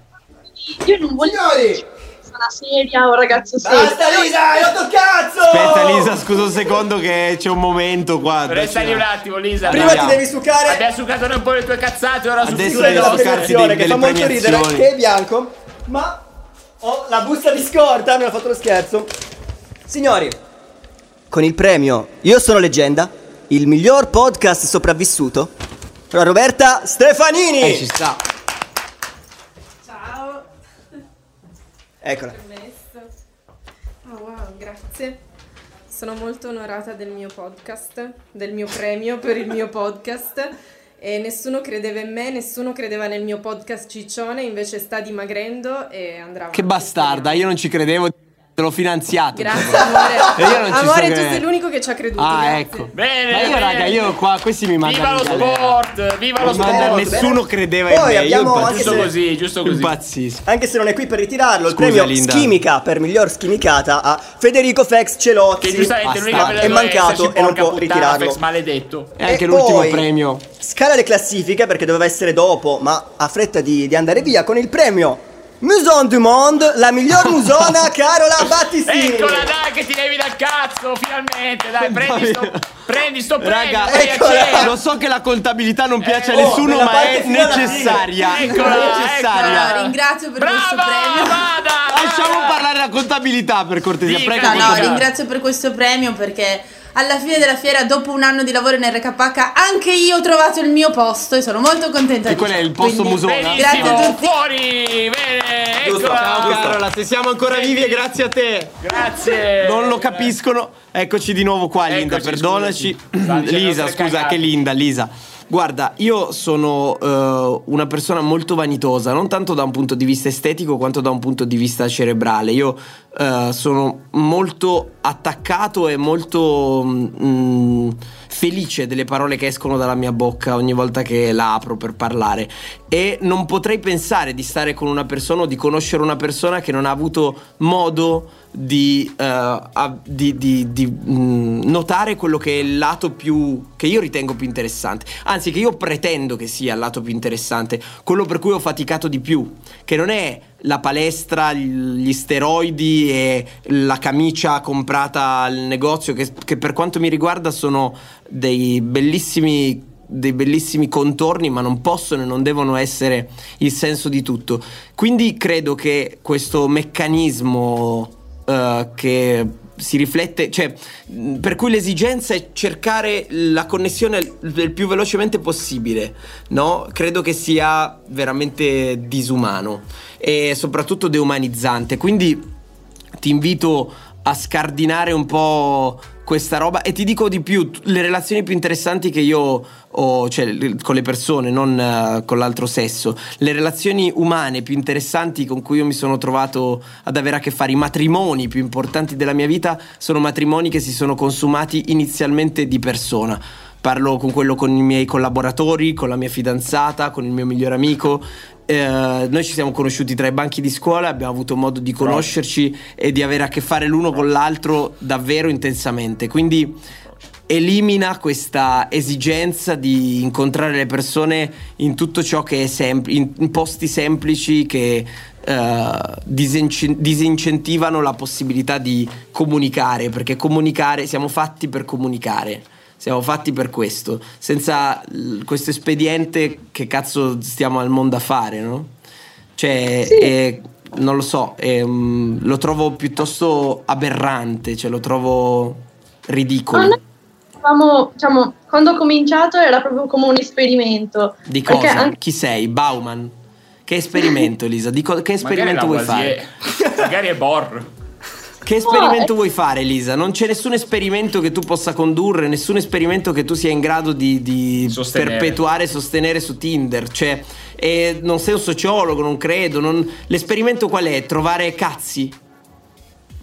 Io non voglio... Sono seria, un ragazzo serio. Basta, Lisa, hai rotto il cazzo! Aspetta, Lisa, scusa un secondo, che c'è un momento qua. Resta lì un attimo, Lisa. Prima ti devi sucare. Abbiamo sucato noi un po' le tue cazzate, ora su Adesso Tinder. devi la succarti premiazione dei- che fa delle molto ridere, premiazioni. che è bianco, ma ho la busta di scorta, mi ha fatto lo scherzo. Signori, con il premio Io sono leggenda, il miglior podcast sopravvissuto, la Roberta Stefanini. Eh, ci sta. Ciao. Eccola. Permesso. Ah, wow, grazie. Sono molto onorata del mio podcast, del mio premio per il mio podcast. E nessuno credeva in me, nessuno credeva nel mio podcast ciccione, invece sta dimagrendo e andrà avanti. Che bastarda, io non ci credevo. Te l'ho finanziato. Grazie amore. E io non ci sto amore, tu credendo. sei l'unico che ci ha creduto. Ah, grazie. ecco. Bene, Ma io, bene. raga, io qua, questi mi Viva mandano. lo in galera. sport! Viva lo Mi mandano- sport! nessuno credeva Poi in me. io abbiamo anche impazzisco. se- Così, giusto così. Impazzisco. Anche se non è qui per ritirarlo, il Scusa, premio Linda. Schimica per miglior schimicata a Federico Fex Celotti. Che giustamente lui Basta. è mancato e non può ritirarlo. Fex maledetto. E anche E l'ultimo poi- premio. Scala le classifiche perché doveva essere dopo, ma ha fretta di, di andare via con il premio Muson du Monde, la miglior musona Carola Battistini. Eccola dai che ti levi dal cazzo finalmente dai prendi sto, prendi sto premio Raga, vai a cena. lo so che la contabilità non piace Eh, a oh, nessuno, della ma parte è fino alla necessaria. fine. è Eccola, necessaria. eccola. Ringrazio per questo premio. Lasciamo parlare la contabilità per cortesia. Sì, Prego, no, no, contabilità. ringrazio per questo premio perché alla fine della fiera, dopo un anno di lavoro in RKH, anche io ho trovato il mio posto e sono molto contenta. E quello è il posto Musona. Grazie a Benissimo. tutti. Fuori! Bene! Giusto. eccola. Ciao Carola, se siamo ancora vivi è grazie a te. Grazie. Non lo capiscono. Eccoci di nuovo qua, Linda, perdonaci. Lisa, scusa, anche Linda, Lisa. Guarda, io sono eh, una persona molto vanitosa, non tanto da un punto di vista estetico quanto da un punto di vista cerebrale. Io eh, sono molto attaccato e molto mm, felice delle parole che escono dalla mia bocca ogni volta che la apro per parlare e non potrei pensare di stare con una persona o di conoscere una persona che non ha avuto modo di, eh, a- di- di- di, mm, notare quello che è il lato più che io ritengo più interessante, anzi che io pretendo che sia il lato più interessante, quello per cui ho faticato di più, che non è la palestra, gli steroidi e la camicia comprata al negozio, che, che per quanto mi riguarda sono dei bellissimi dei bellissimi contorni, ma non possono e non devono essere il senso di tutto. Quindi credo che questo meccanismo eh, che si riflette, cioè mh, per cui l'esigenza è cercare la connessione il- il più velocemente possibile, no? Credo che sia veramente disumano e soprattutto deumanizzante. Quindi ti invito a scardinare un po' questa roba e ti dico di più, t- le relazioni più interessanti che io ho, cioè l- con le persone, non eh, con l'altro sesso, le relazioni umane più interessanti con cui io mi sono trovato ad avere a che fare, i matrimoni più importanti della mia vita sono matrimoni che si sono consumati inizialmente di persona. Parlo con quello con i miei collaboratori, con la mia fidanzata, con il mio migliore amico. Eh, noi ci siamo conosciuti tra i banchi di scuola, abbiamo avuto modo di conoscerci e di avere a che fare l'uno con l'altro davvero intensamente. Quindi elimina questa esigenza di incontrare le persone in tutto ciò che è semplice, in, in posti semplici che eh, disinci- disincentivano la possibilità di comunicare, perché comunicare, siamo fatti per comunicare. Siamo fatti per questo, senza l- questo espediente che cazzo stiamo al mondo a fare, no? Cioè, è- non lo so, è, mm, lo trovo piuttosto aberrante, cioè lo trovo ridicolo. Ma noi eravamo, diciamo, quando ho cominciato era proprio come un esperimento. Di Perché cosa? anche- Chi sei? Bauman? Che esperimento, Elisa? Di co- che esperimento vuoi Magari la Oh, fare? Lavoisier, Magari è Bor. Che esperimento vuoi fare, Elisa? Non c'è nessun esperimento che tu possa condurre, nessun esperimento che tu sia in grado di, di Sostenere. perpetuare e sostenere su Tinder. Cioè, eh, non sei un sociologo, non credo. non- L'esperimento qual è? Trovare cazzi?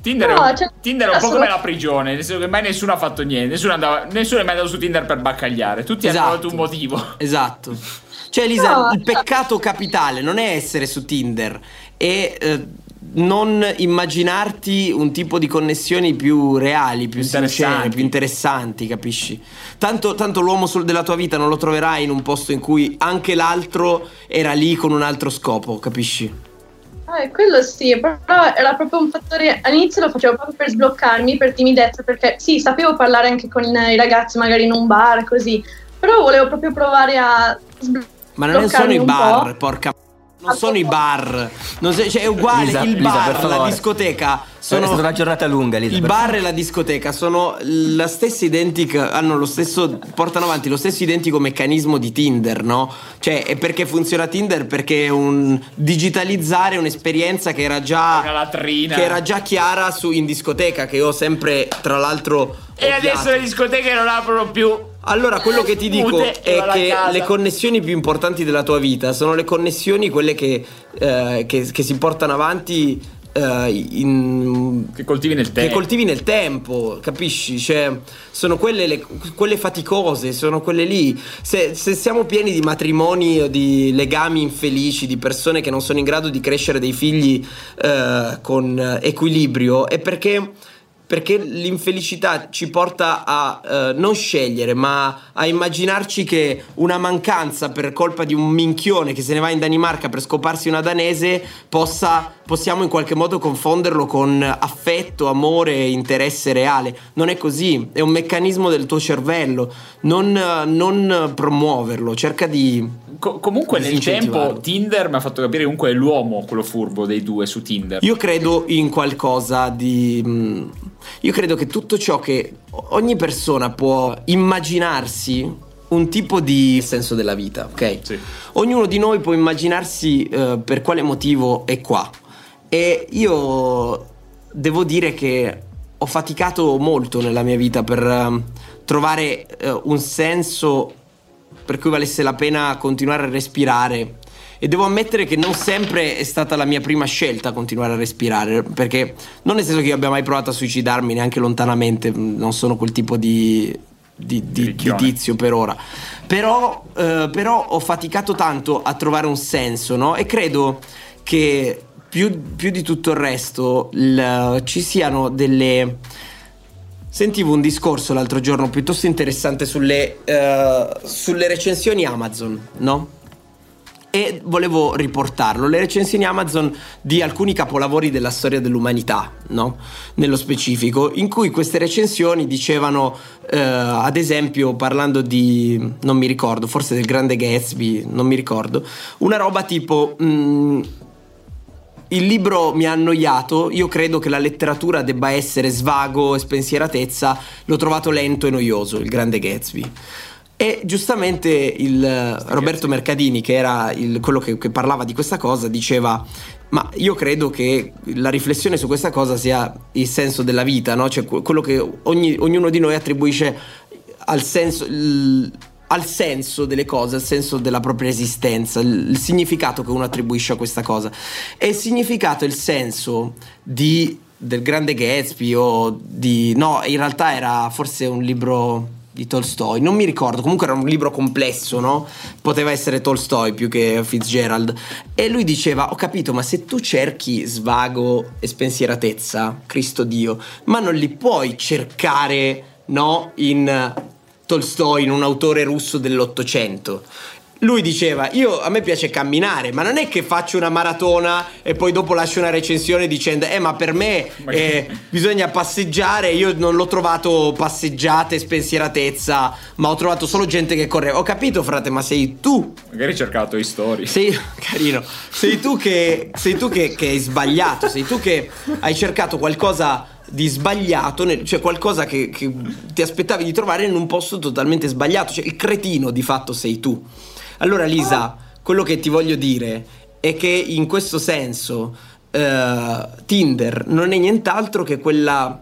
Tinder, No, è un, cioè, Tinder è un po' sono- come la prigione, nel senso che mai nessuno ha fatto niente, nessuno, andava, nessuno è mai andato su Tinder per baccagliare, tutti hanno trovato un motivo. Esatto. Cioè, Elisa, No, il peccato capitale non è essere su Tinder e eh, non immaginarti un tipo di connessioni più reali, più sincere, più interessanti, capisci? Tanto, tanto l'uomo sul- della tua vita non lo troverai in un posto in cui anche l'altro era lì con un altro scopo, capisci? Ah, eh, quello sì, però era proprio un fattore. All'inizio lo facevo proprio per sbloccarmi, per timidezza, perché sì, sapevo parlare anche con i ragazzi, magari in un bar, così. Però volevo proprio provare a sbloccare. Ma non sono Bloccarmi i un bar, porca non sono i bar, non so- cioè è uguale Lisa, il Lisa, bar, per la favore. discoteca. È Sono stata una giornata lunga, Lisa. Il per bar favore. e la discoteca sono la stessa identica, hanno lo stesso, portano avanti lo stesso identico meccanismo di Tinder, no? Cioè, è perché funziona Tinder? Perché è un digitalizzare un'esperienza che era già, che era già chiara su- in discoteca, che ho sempre, tra l'altro... E adesso odiato. le discoteche non aprono più. Allora, quello che ti dico Mute e è vado a che casa. le connessioni più importanti della tua vita sono le connessioni, quelle che, eh, che- che si portano avanti. eh, in- che coltivi nel tempo capisci? Cioè, sono quelle, le- quelle faticose, sono quelle lì. Se, se siamo pieni di matrimoni o di legami infelici, di persone che non sono in grado di crescere dei figli eh, con eh, equilibrio, è perché perché l'infelicità ci porta a eh, non scegliere, ma a immaginarci che una mancanza per colpa di un minchione che se ne va in Danimarca per scoparsi una danese possa, possiamo in qualche modo confonderlo con affetto, amore e interesse reale. Non è così, è un meccanismo del tuo cervello. Non, eh, non promuoverlo, cerca di. comunque nel disincentivarlo. tempo Tinder mi ha fatto capire comunque è l'uomo quello furbo dei due su Tinder Io credo in qualcosa di. mh, Io credo che tutto ciò che o- ogni persona può immaginarsi un tipo di senso della vita, ok? Ognuno di noi può immaginarsi eh, per quale motivo è qua. E io devo dire che ho faticato molto nella mia vita per ehm, trovare eh, un senso per cui valesse la pena continuare a respirare. E devo ammettere che non sempre è stata la mia prima scelta continuare a respirare, perché non nel senso che io abbia mai provato a suicidarmi neanche lontanamente, mh, non sono quel tipo di, di- di- di tizio per ora. Però, eh, però ho faticato tanto a trovare un senso, no? E credo che più, più di tutto il resto il- ci siano delle... Sentivo un discorso l'altro giorno piuttosto interessante sulle, eh, sulle recensioni Amazon, no? E volevo riportarlo, le recensioni Amazon di alcuni capolavori della storia dell'umanità, no? Nello specifico, in cui queste recensioni dicevano, eh, ad esempio, parlando di, non mi ricordo, forse del grande Gatsby, non mi ricordo, una roba tipo... mm, il libro mi ha annoiato, io credo che la letteratura debba essere svago e spensieratezza, l'ho trovato lento e noioso, il grande Gatsby. E giustamente il eh, Roberto Mercadini, che era il- quello che, che parlava di questa cosa, diceva: Ma io credo che la riflessione su questa cosa sia il senso della vita, no? Cioè que- quello che ogni- ognuno di noi attribuisce al senso. il- al senso delle cose, al senso della propria esistenza, il, il significato che uno attribuisce a questa cosa. E il significato, il senso di- del grande Gatsby o di... No, in realtà era forse un libro di Tolstoi, non mi ricordo, comunque era un libro complesso, no? Poteva essere Tolstoi più che Fitzgerald. E lui diceva, ho capito, ma se tu cerchi svago e spensieratezza, Cristo Dio, ma non li puoi cercare, no? In... Tolstoi, in un autore russo dell'Ottocento. Lui diceva, io a me piace camminare, ma non è che faccio una maratona e poi dopo lascio una recensione dicendo, eh ma per me eh, bisogna passeggiare, io non l'ho trovato passeggiate, spensieratezza, ma ho trovato solo gente che correva. Ho capito frate, ma sei tu. Magari hai cercato i story. Sei, carino, sei tu, che, sei tu che, che hai sbagliato, sei tu che hai cercato qualcosa di sbagliato, nel- cioè qualcosa che, che ti aspettavi di trovare in un posto totalmente sbagliato, cioè il cretino di fatto sei tu. Allora Lisa, quello che ti voglio dire è che in questo senso eh, Tinder non è nient'altro che quella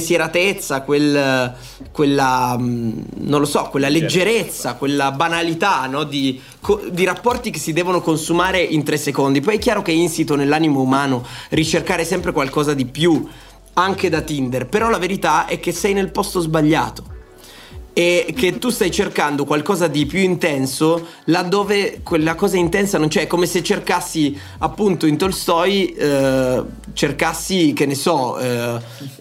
spensieratezza, quel- quella, mh, non lo so, quella leggerezza, quella banalità no? di, co- di rapporti che si devono consumare in tre secondi. Poi è chiaro che è insito nell'animo umano ricercare sempre qualcosa di più anche da Tinder, però la verità è che sei nel posto sbagliato e che tu stai cercando qualcosa di più intenso laddove quella cosa intensa non c'è, è come se cercassi appunto in Tolstoi, eh, cercassi che ne so, eh,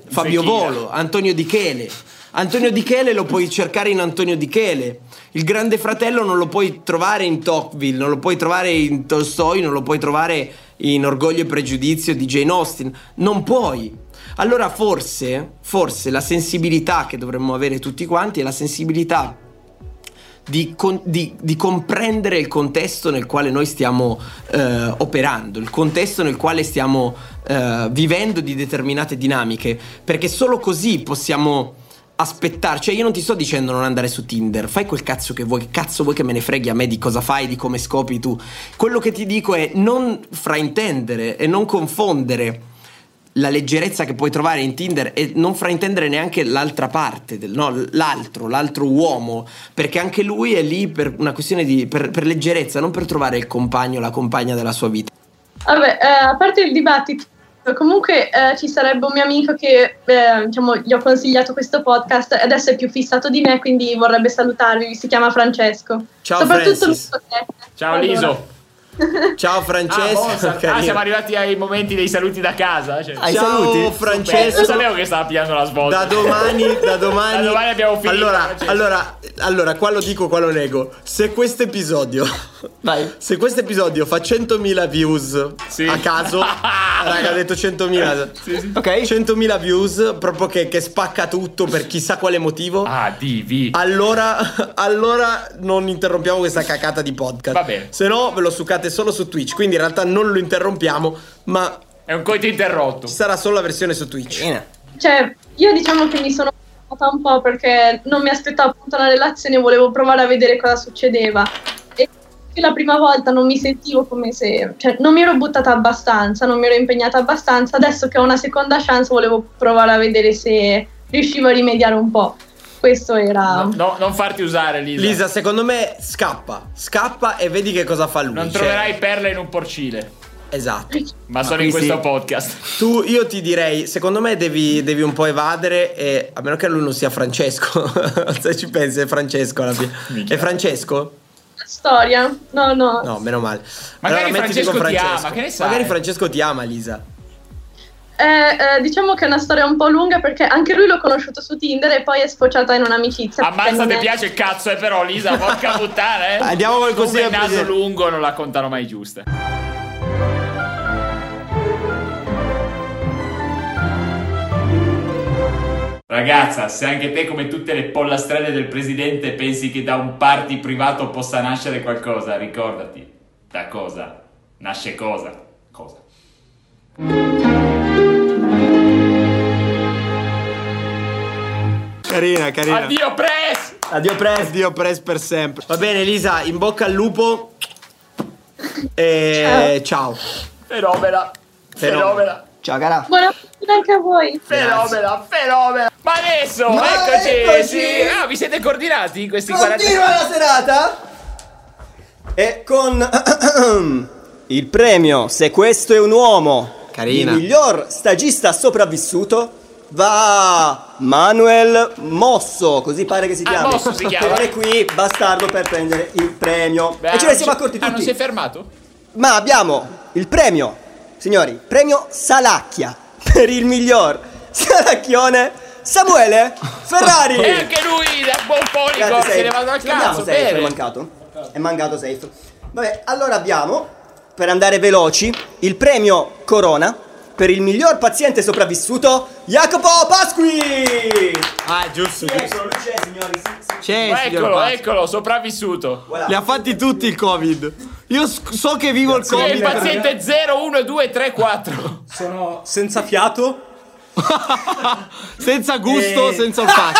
Fabio Zechina. Volo, Antonio Di Chele. Antonio Di Chele lo puoi cercare in Antonio Di Chele. Il Grande Fratello non lo puoi trovare in Tocqueville, non lo puoi trovare in Tolstoi, non lo puoi trovare in Orgoglio e Pregiudizio di Jane Austen. Non puoi. Allora forse, forse la sensibilità che dovremmo avere tutti quanti è la sensibilità di, con- di- di comprendere il contesto nel quale noi stiamo eh, operando, il contesto nel quale stiamo eh, vivendo di determinate dinamiche, perché solo così possiamo aspettare, cioè io non ti sto dicendo non andare su Tinder, fai quel cazzo che vuoi, che cazzo vuoi che me ne freghi a me di cosa fai, di come scopi tu, quello che ti dico è non fraintendere e non confondere la leggerezza che puoi trovare in Tinder e non fraintendere neanche l'altra parte, del- no, l'altro, l'altro uomo, perché anche lui è lì per una questione di per, per leggerezza, non per trovare il compagno, la compagna della sua vita. Vabbè, eh, a parte il dibattito, comunque eh, ci sarebbe un mio amico che eh, diciamo, gli ho consigliato questo podcast e adesso è più fissato di me, quindi vorrebbe salutarvi. Si chiama Francesco. Ciao, Soprattutto Francis. lui con te. Ciao Liso. Ciao Francesco. Ah, boh, sa- ah, carino. siamo arrivati ai momenti dei saluti da casa. Cioè. Ai Ciao, saluti? Francesco. Lo sapevo che stava pigliando la svolta. Ah, certo. Da domani, da domani, Da domani abbiamo finito. Allora, Francesco. allora, allora, qua lo dico, qua lo nego. Se questo episodio, se questo episodio fa 100.000 views a caso, raga, ho detto 100.000. Ok, 100.000 views proprio che, che spacca tutto per chissà quale motivo. Ah, divi. Allora, allora non interrompiamo questa cacata di podcast. Va bene. Se no, ve lo succate solo su Twitch. Quindi in realtà non lo interrompiamo, ma. È un coito interrotto. Ci sarà solo la versione su Twitch. Cioè, Io diciamo che mi sono preoccupata un po' perché non mi aspettavo appunto una relazione, volevo provare a vedere cosa succedeva. E anche la prima volta non mi sentivo come se, cioè non mi ero buttata abbastanza, non mi ero impegnata abbastanza, adesso che ho una seconda chance volevo provare a vedere se riuscivo a rimediare un po'. Questo era... No, non farti usare Lisa. Lisa, secondo me scappa, scappa e vedi che cosa fa lui. Non cioè- troverai perle in un porcile. Esatto. Ma solo in qui questo sì. podcast. Tu, io ti direi, secondo me devi, devi un po' evadere, e- a meno che lui non sia Francesco. Se ci pensi, è Francesco alla fine. È Francesco? Storia? No, no. No, meno male. Magari mettiti con Francesco ti ama, che ne sai? Magari Francesco ti ama, Lisa. Eh, eh, diciamo che è una storia un po' lunga perché anche lui l'ho conosciuto su Tinder e poi è sfociata in un'amicizia. perché Ammazza non ti è- piace il cazzo, eh, però Lisa, porca puttana, eh. Andiamo col Come consiglio il naso presidente. lungo non la contano mai giusta. Ragazza, se anche te come tutte le pollastrelle del presidente pensi che da un party privato possa nascere qualcosa, ricordati, da cosa nasce cosa? Cosa? Carina, carina. Addio Press! Addio Press! Addio Press per sempre. Va bene, Lisa, in bocca al lupo. Ah, E ciao. Fenomena, fenomena, Ciao, cara. Buona fortuna anche a voi. fenomena, fenomena. Ma adesso, Ma eccoci! eccoci! sì. Ah, vi siete coordinati in questi 40 Continua la serata E con il premio Se questo è un uomo, Carina. il miglior stagista sopravvissuto va a Manuel Mosso, così pare che si Ah, chiami. Mosso si chiama. Che è qui, bastardo per prendere il premio. e ce ne siamo accorti Ah, non si tutti. è fermato? Ma abbiamo il premio, signori, premio Salacchia per il miglior salacchione Samuele Ferrari. E anche lui da buon Grazie, se ne safe. va dal Vediamo, cazzo, safe, bene. È mancato. È mancato safe. Vabbè, allora abbiamo, per andare veloci, il premio Corona per il miglior paziente sopravvissuto, Jacopo Pasqui! Ah, giusto, giusto. C'è, signori, C'è, Ma signor eccolo, Pasqui. eccolo, sopravvissuto. Li ha fatti tutti il Covid. Io s- so che vivo il Sì, Covid. il paziente 0, 1, 2, 3, 4. Sono senza fiato. senza gusto, Eh. senza olfatto.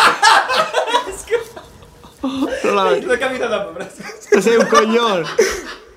L'ho capito dopo, però. Sei un coglione.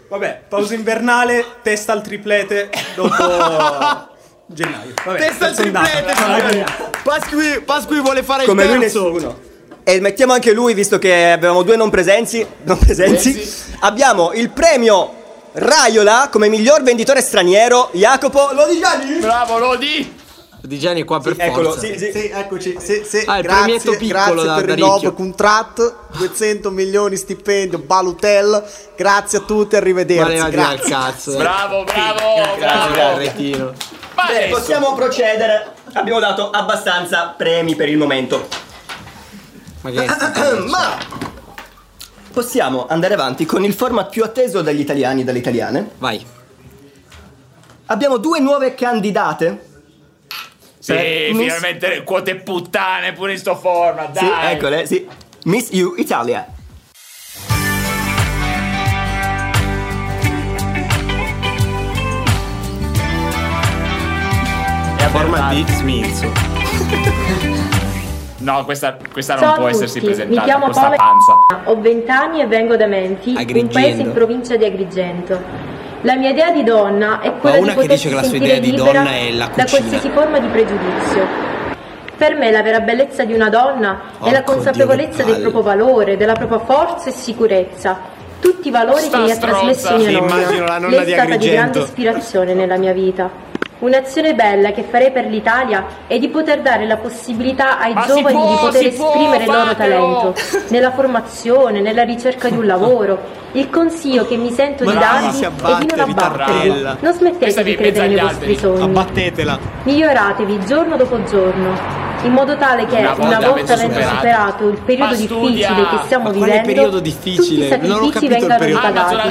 Vabbè, pausa invernale, testa al triplete dopo gennaio. Vabbè, Testa al terza ondata. triplete, Vabbè. signori. Pasqui, Pasqui vuole fare Come il lui terzo. nessuno. E mettiamo anche lui, visto che avevamo due non presenzi. Non Eh presenzi. Abbiamo il premio Raiola come miglior venditore straniero, Jacopo Lodigiani. Bravo Lodi! Di Gianni è qua per Eccolo, forza. sì, sì. eccoci. Sì, sì, Ah, il premietto grazie, piccolo grazie da- per da il nuovo ricchio. contratto, 200 milioni stipendio, balutel. Grazie a tutti, arrivederci. Valeva dire al grazie. cazzo. eh, Bravo, bravo, Grazie, bravo. Garrettino. Ma Bene, adesso- Eh, possiamo procedere. Abbiamo dato abbastanza premi per il momento. Ma che Ma possiamo andare avanti con il format più atteso dagli italiani e dalle italiane. Vai. Abbiamo due nuove candidate. Sì, Per Miss- finalmente le quote puttane pure in sto forma, dai. Sì, eccole, sì. Miss You Italia. È a Forma di Smilzo. No, questa, questa non Ciao può a essersi tutti, presentata, mi chiamo questa Paola panza. Ho 20 anni e vengo da Menti, Agrigento. un paese in provincia di Agrigento. La mia idea di donna è quella una di che dice potersi che la sua sentire idea di libera donna è la da cucina. qualsiasi forma di pregiudizio. Per me la vera bellezza di una donna è la Porco consapevolezza Dio, che del proprio valore, della propria forza e sicurezza. Tutti i valori Sta che mi ha stronza. trasmesso Sì, mia immagino la nonna. nonna Lei è di stata di Agrigento. grande ispirazione nella mia vita. Un'azione bella che farei per l'Italia è di poter dare la possibilità ai Ma si giovani può, di poter si può, esprimere il loro fatelo! talento nella formazione, nella ricerca di un lavoro. Il consiglio che mi sento di Brava, darvi si è di abbatte, non abbattervi. ritardarella. Non Questa smettete vi è di in mezzo credere nei agli vostri alberi. sogni. Eh, Abbattetela. Miglioratevi giorno dopo giorno, in modo tale che Una una volta volta, avendo avendo superato- superato, il periodo Ma difficile studia! che stiamo Ma quale vivendo, periodo tutti difficile? i Non ho sacrifici capito il vengono periodo. pagati. Amazon ha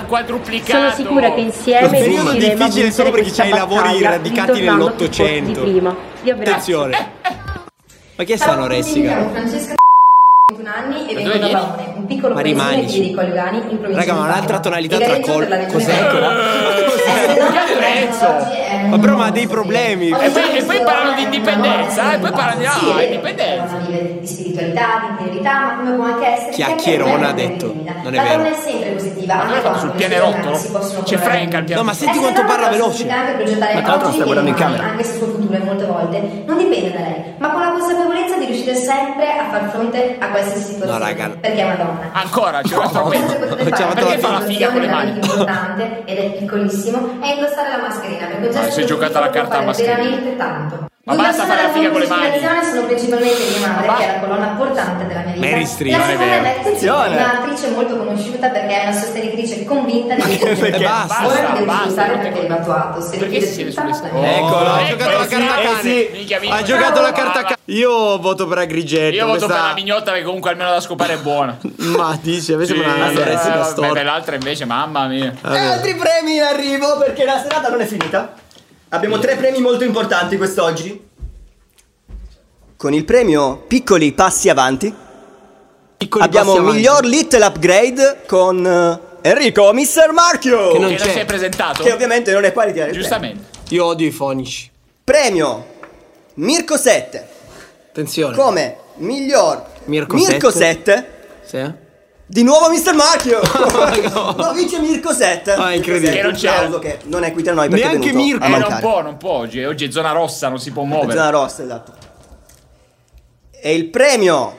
Sono sicura che Il insieme periodo riusciremo a difficile è solo vincere perché questa c'hai i lavori battaglia, radicati ritornando più forti nell'Ottocento. Di prima. Vi abbraccio. Attenzione. Ma che è sta anoressica? Francesca 21 anni e vengo dove da vieni? Baone, un piccolo Ma paesino rimani, di Vieri Colgani in Raga, ma un'altra tonalità tra col... Cos'è? che attrezzo! Ma però ma ha dei problemi. E poi, e poi parlano di indipendenza, e poi parlano di Sì, ah, è- indipendenza. di spiritualità, di interiorità, ma come può anche essere Chiacchierone ha detto. Non è la donna vero. è sempre positiva, anche fatto quando sul le pianerotto? donne si possono C'è provare. Frank al piano. No, ma senti quanto parla veloce. possibilità anche per progettare Ma tra l'altro non oggi sta guardando in che domani, camera. Anche se il suo futuro è molte volte non dipende da lei, ma con la consapevolezza di riuscire sempre a far fronte a qualsiasi situazione. No, raga. Perché è una donna. Ancora, c'è un altro pezzo. Facciamo Perché fa la figa con le mani? importante ed è piccolissimo è indossare la mascherina perché un Ah, gesto si è giocata la può carta fare mascherina. veramente tanto Ma Due basta persone fare la alla figa con le mia mani. ispirazione sono principalmente mia madre che è la colonna portante della mia vita Mary Streep, la non è seconda vero. Beth Stiller, Attenzione. un'attrice molto conosciuta perché è una sostenitrice convinta di Perché basta, ora mi devo basta, Eh, spostare perché mi attuato se perché si siede sulle Eccolo, ha Eccolo, giocato la sì, carta eh cane. sì. Minchia, minchia. Ha giocato la carta cane. Io voto per Agrigento. Io voto per questa- la mignotta che comunque almeno da scopare è buona. Ma dici, invece me Sì, la eh, anoressica vabbè, storta. Ah, per l'altra invece, mamma mia. E altri premi in arrivo perché la serata non è finita. Abbiamo tre premi molto importanti quest'oggi. Con il premio Piccoli Passi Avanti Abbiamo passi avanti. miglior Little Upgrade con eh, Enrico Mr. Marchio. Che non, si è presentato? Che ovviamente non è paritario. Giustamente. Io odio i fonici. Premio Mirko 7 Attenzione. come miglior Mirko Mirko Sette. 7 Sì. eh? Di nuovo Mr. Marchio! no, vince Mirko 7. Ah, incredibile. Che non c'era. Che non è qui tra noi perché è venuto a Eh, non mancare. può, non può oggi. Oggi è zona rossa, non si può muovere. Zona rossa, esatto. E il premio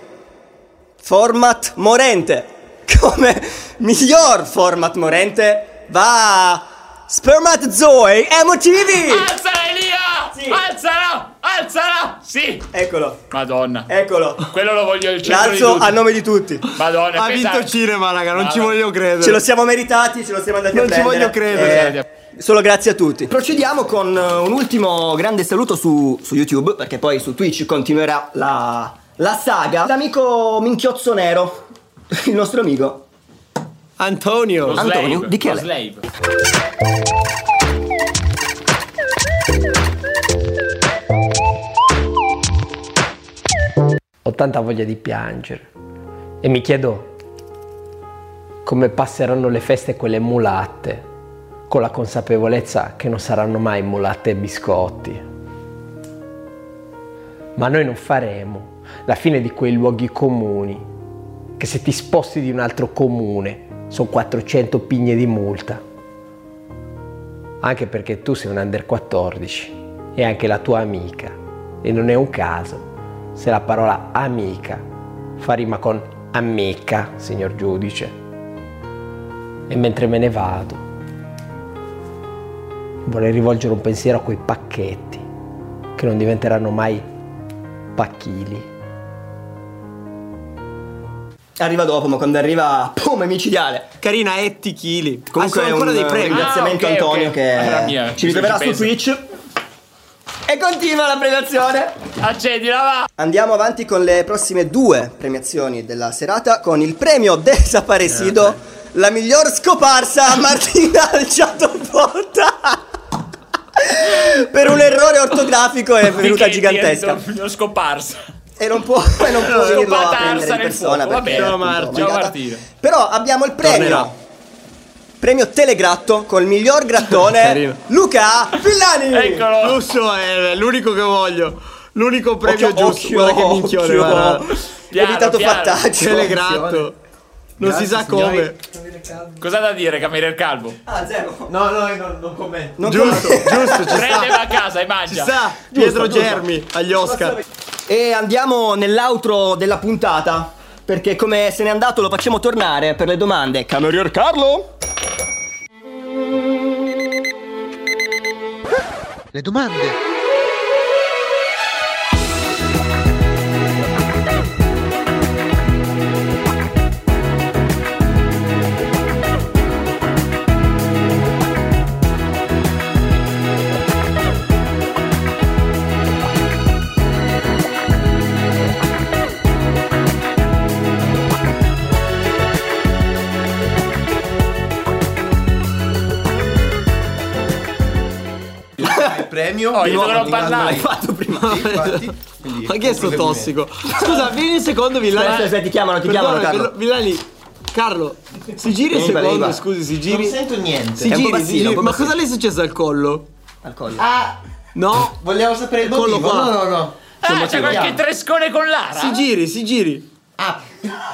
Format Morente come miglior format morente va a Spermatozoe MTV! Alzala Elia! Alzala! Alzala! Sì! Eccolo, Madonna. Eh. eccolo. Quello lo voglio il centro L'alzo di tutti. a nome di tutti. Madonna, Ha pensa- vinto cinema, raga, non Ma- ci voglio credere. Ce lo siamo meritati, ce lo siamo andati a Non ci prendere. voglio credere. Eh, solo grazie a tutti. Procediamo con eh, un ultimo grande saluto su, su YouTube, perché poi su Twitch continuerà la, la saga. L'amico Minchiozzo Nero, il nostro amico. Antonio. Lo slave, Antonio, di chi lo è? slave. Ho tanta voglia di piangere e mi chiedo come passeranno le feste quelle mulatte, con la consapevolezza che non saranno mai mulatte e biscotti. Ma noi non faremo la fine di quei luoghi comuni, che se ti sposti di un altro comune sono 400 pigne di multa. Anche perché tu sei un under 14 e anche la tua amica. E non è un caso se la parola amica fa rima con amica, signor giudice. E mentre me ne vado, vorrei rivolgere un pensiero a quei pacchetti che non diventeranno mai pacchili. Arriva dopo, ma quando arriva, pum, è micidiale. Carina, Etti Chili. Comunque Ah, è sono un, ancora dei un premi. ringraziamento Ah, ok, a Antonio ok. Allora, che mia, ci ritroverà su Twitch. E continua la premiazione. Accendila, va! Andiamo avanti con le prossime due premiazioni della serata con il premio Eh, Desaparecido, la miglior scoparsa a Martina Alciato Porta. per un errore ortografico è venuta Di che- di- gigantesca. di- L'ho scomparsa. E non può, e non Eh, può venirlo a Scopatarsa prendere in nel persona fuoco, va perché bene. è appunto Martina. Ciao obbligata. Martina. Però abbiamo il premio. Tornerà. Premio Telegratto col miglior grattone Carino. Ecco, Luca Villani. eh, Eccolo. Lusso è l'unico che voglio. L'unico premio Occhio, giusto. occhio, guarda che minchione, occhio. guarda. Piano, Evitato piano. fattaccio. Telegratto. Non si sa come. Cos'ha da dire, cameriere calvo? Ah, zero. No, no, non, non commento. Non giusto, giusto, ci sta. Prendeva a casa e mangia. Ci sta. Giusto, Pietro giusto. Germi agli Oscar. E andiamo nell'outro della puntata. Perché come se n'è andato lo facciamo tornare per le domande. Camerier Carlo? Le domande. Il premio. Oh, gli dovrò parlare. Ma che è sto tossico? Scusa, vieni un secondo Villani. Aspetta, aspetta, ti chiamano, ti chiamano, Perdona, Carlo. Villani, Carlo, si giri un Vieni, vai, secondo, vai. scusi, si giri. Non sento niente. Si È un po' giri, si bassino, giri. un po' Ma bassino. cosa le è successo al collo? Al collo. Ah! No! Vogliamo sapere il collo motivo? qua. No, no, no. Ah, Insomma, c'è qualche trescone con l'ara? Ah. Si giri, si giri. Ah.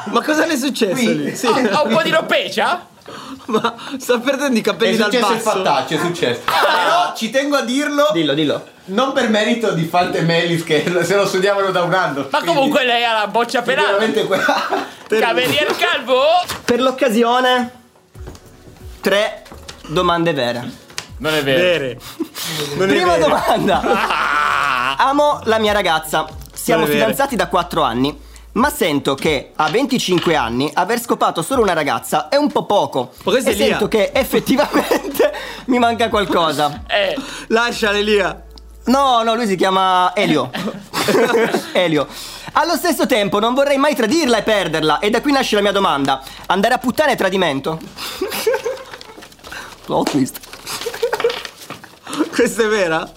Ma cosa le è successo Qui? lì? Ha Ah, un- ha un po' di roppecia? Ma sta perdendo i capelli È dal successo basso. il fattaccio, è successo. Però ci tengo a dirlo. Dillo, dillo. Non per merito di Fante Melis che se lo studiavano da un anno. Ma comunque lei ha la boccia pelata. Veramente quella. Cavalier Calvo. Per l'occasione, tre domande vere. Non è vero. Non è Prima vero. domanda. Amo la mia ragazza. Siamo Non è vero. fidanzati da 4 anni, ma sento che a 25 anni aver scopato solo una ragazza è un po' poco. Ma questa e è Lia. sento che effettivamente mi manca qualcosa. Eh. Lasciale Lia. No, no, lui si chiama Elio. Elio. Allo stesso tempo non vorrei mai tradirla e perderla e da qui nasce la mia domanda. Andare a puttane è tradimento? Plot twist. Questa è vera?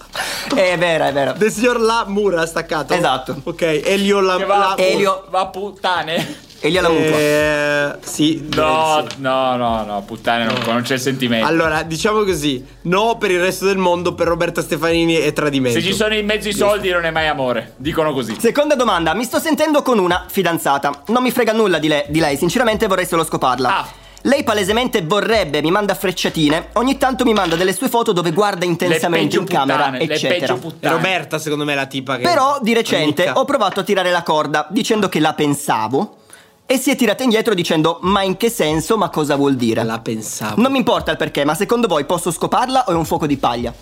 Eh, È vera, è vera. The signor La Mura staccato. Esatto. Ok, Elio La, Che va, la Elio. va a puttane. Elio La Mura. Eh, sì. No, no, no, no, puttane, non, non c'è il sentimento. Allora, diciamo così, no per il resto del mondo, per Roberta Stefanini è tradimento. se ci sono in mezzo i soldi, non è mai amore. Dicono così. Seconda domanda, mi sto sentendo con una fidanzata. Non mi frega nulla di, le- di lei, sinceramente vorrei solo scoparla. Ah. Lei palesemente vorrebbe, mi manda frecciatine, ogni tanto mi manda delle sue foto dove guarda intensamente in camera, eccetera. Roberta, secondo me, è la tipa che. Però di recente Annicca. ho provato a tirare la corda dicendo che la pensavo e si è tirata indietro dicendo ma in che senso, ma cosa vuol dire? La pensavo. Non mi importa il perché, ma secondo voi posso scoparla o è un fuoco di paglia?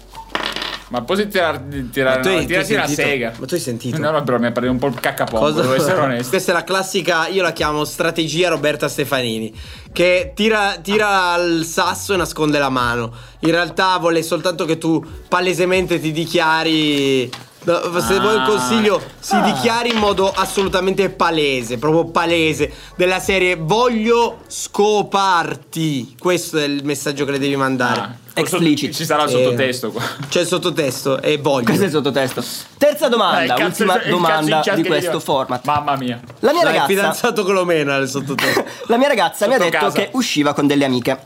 Ma posso tirare, tirare Ma tu hai- no, tu hai tirati una sentito? sega. Ma tu hai sentito? No, no, però mi ha preso un po' il caccapombo, devo essere onesto. Questa è la classica, io la chiamo strategia Roberta Stefanini, che tira, tira il sasso e nasconde la mano. In realtà vuole soltanto che tu palesemente ti dichiari... no, Se Ah. vuoi un consiglio, si Ah. dichiari in modo assolutamente palese, proprio palese, della serie voglio scoparti. Questo è il messaggio che le devi mandare. Ah. Eh, Explicit. Ah, Ci sarà il sottotesto qua. C'è il sottotesto e voglio. Questo è il sottotesto. Terza domanda, Eh, Dai, cazzo, ultima Eh, il cazzo in domanda chat di che questo gli- format. Mamma mia. La mia Dai, ragazza- fidanzato Colomena il sottotesto. La mia ragazza mi ha Sotto detto casa. Mm. che usciva con delle amiche.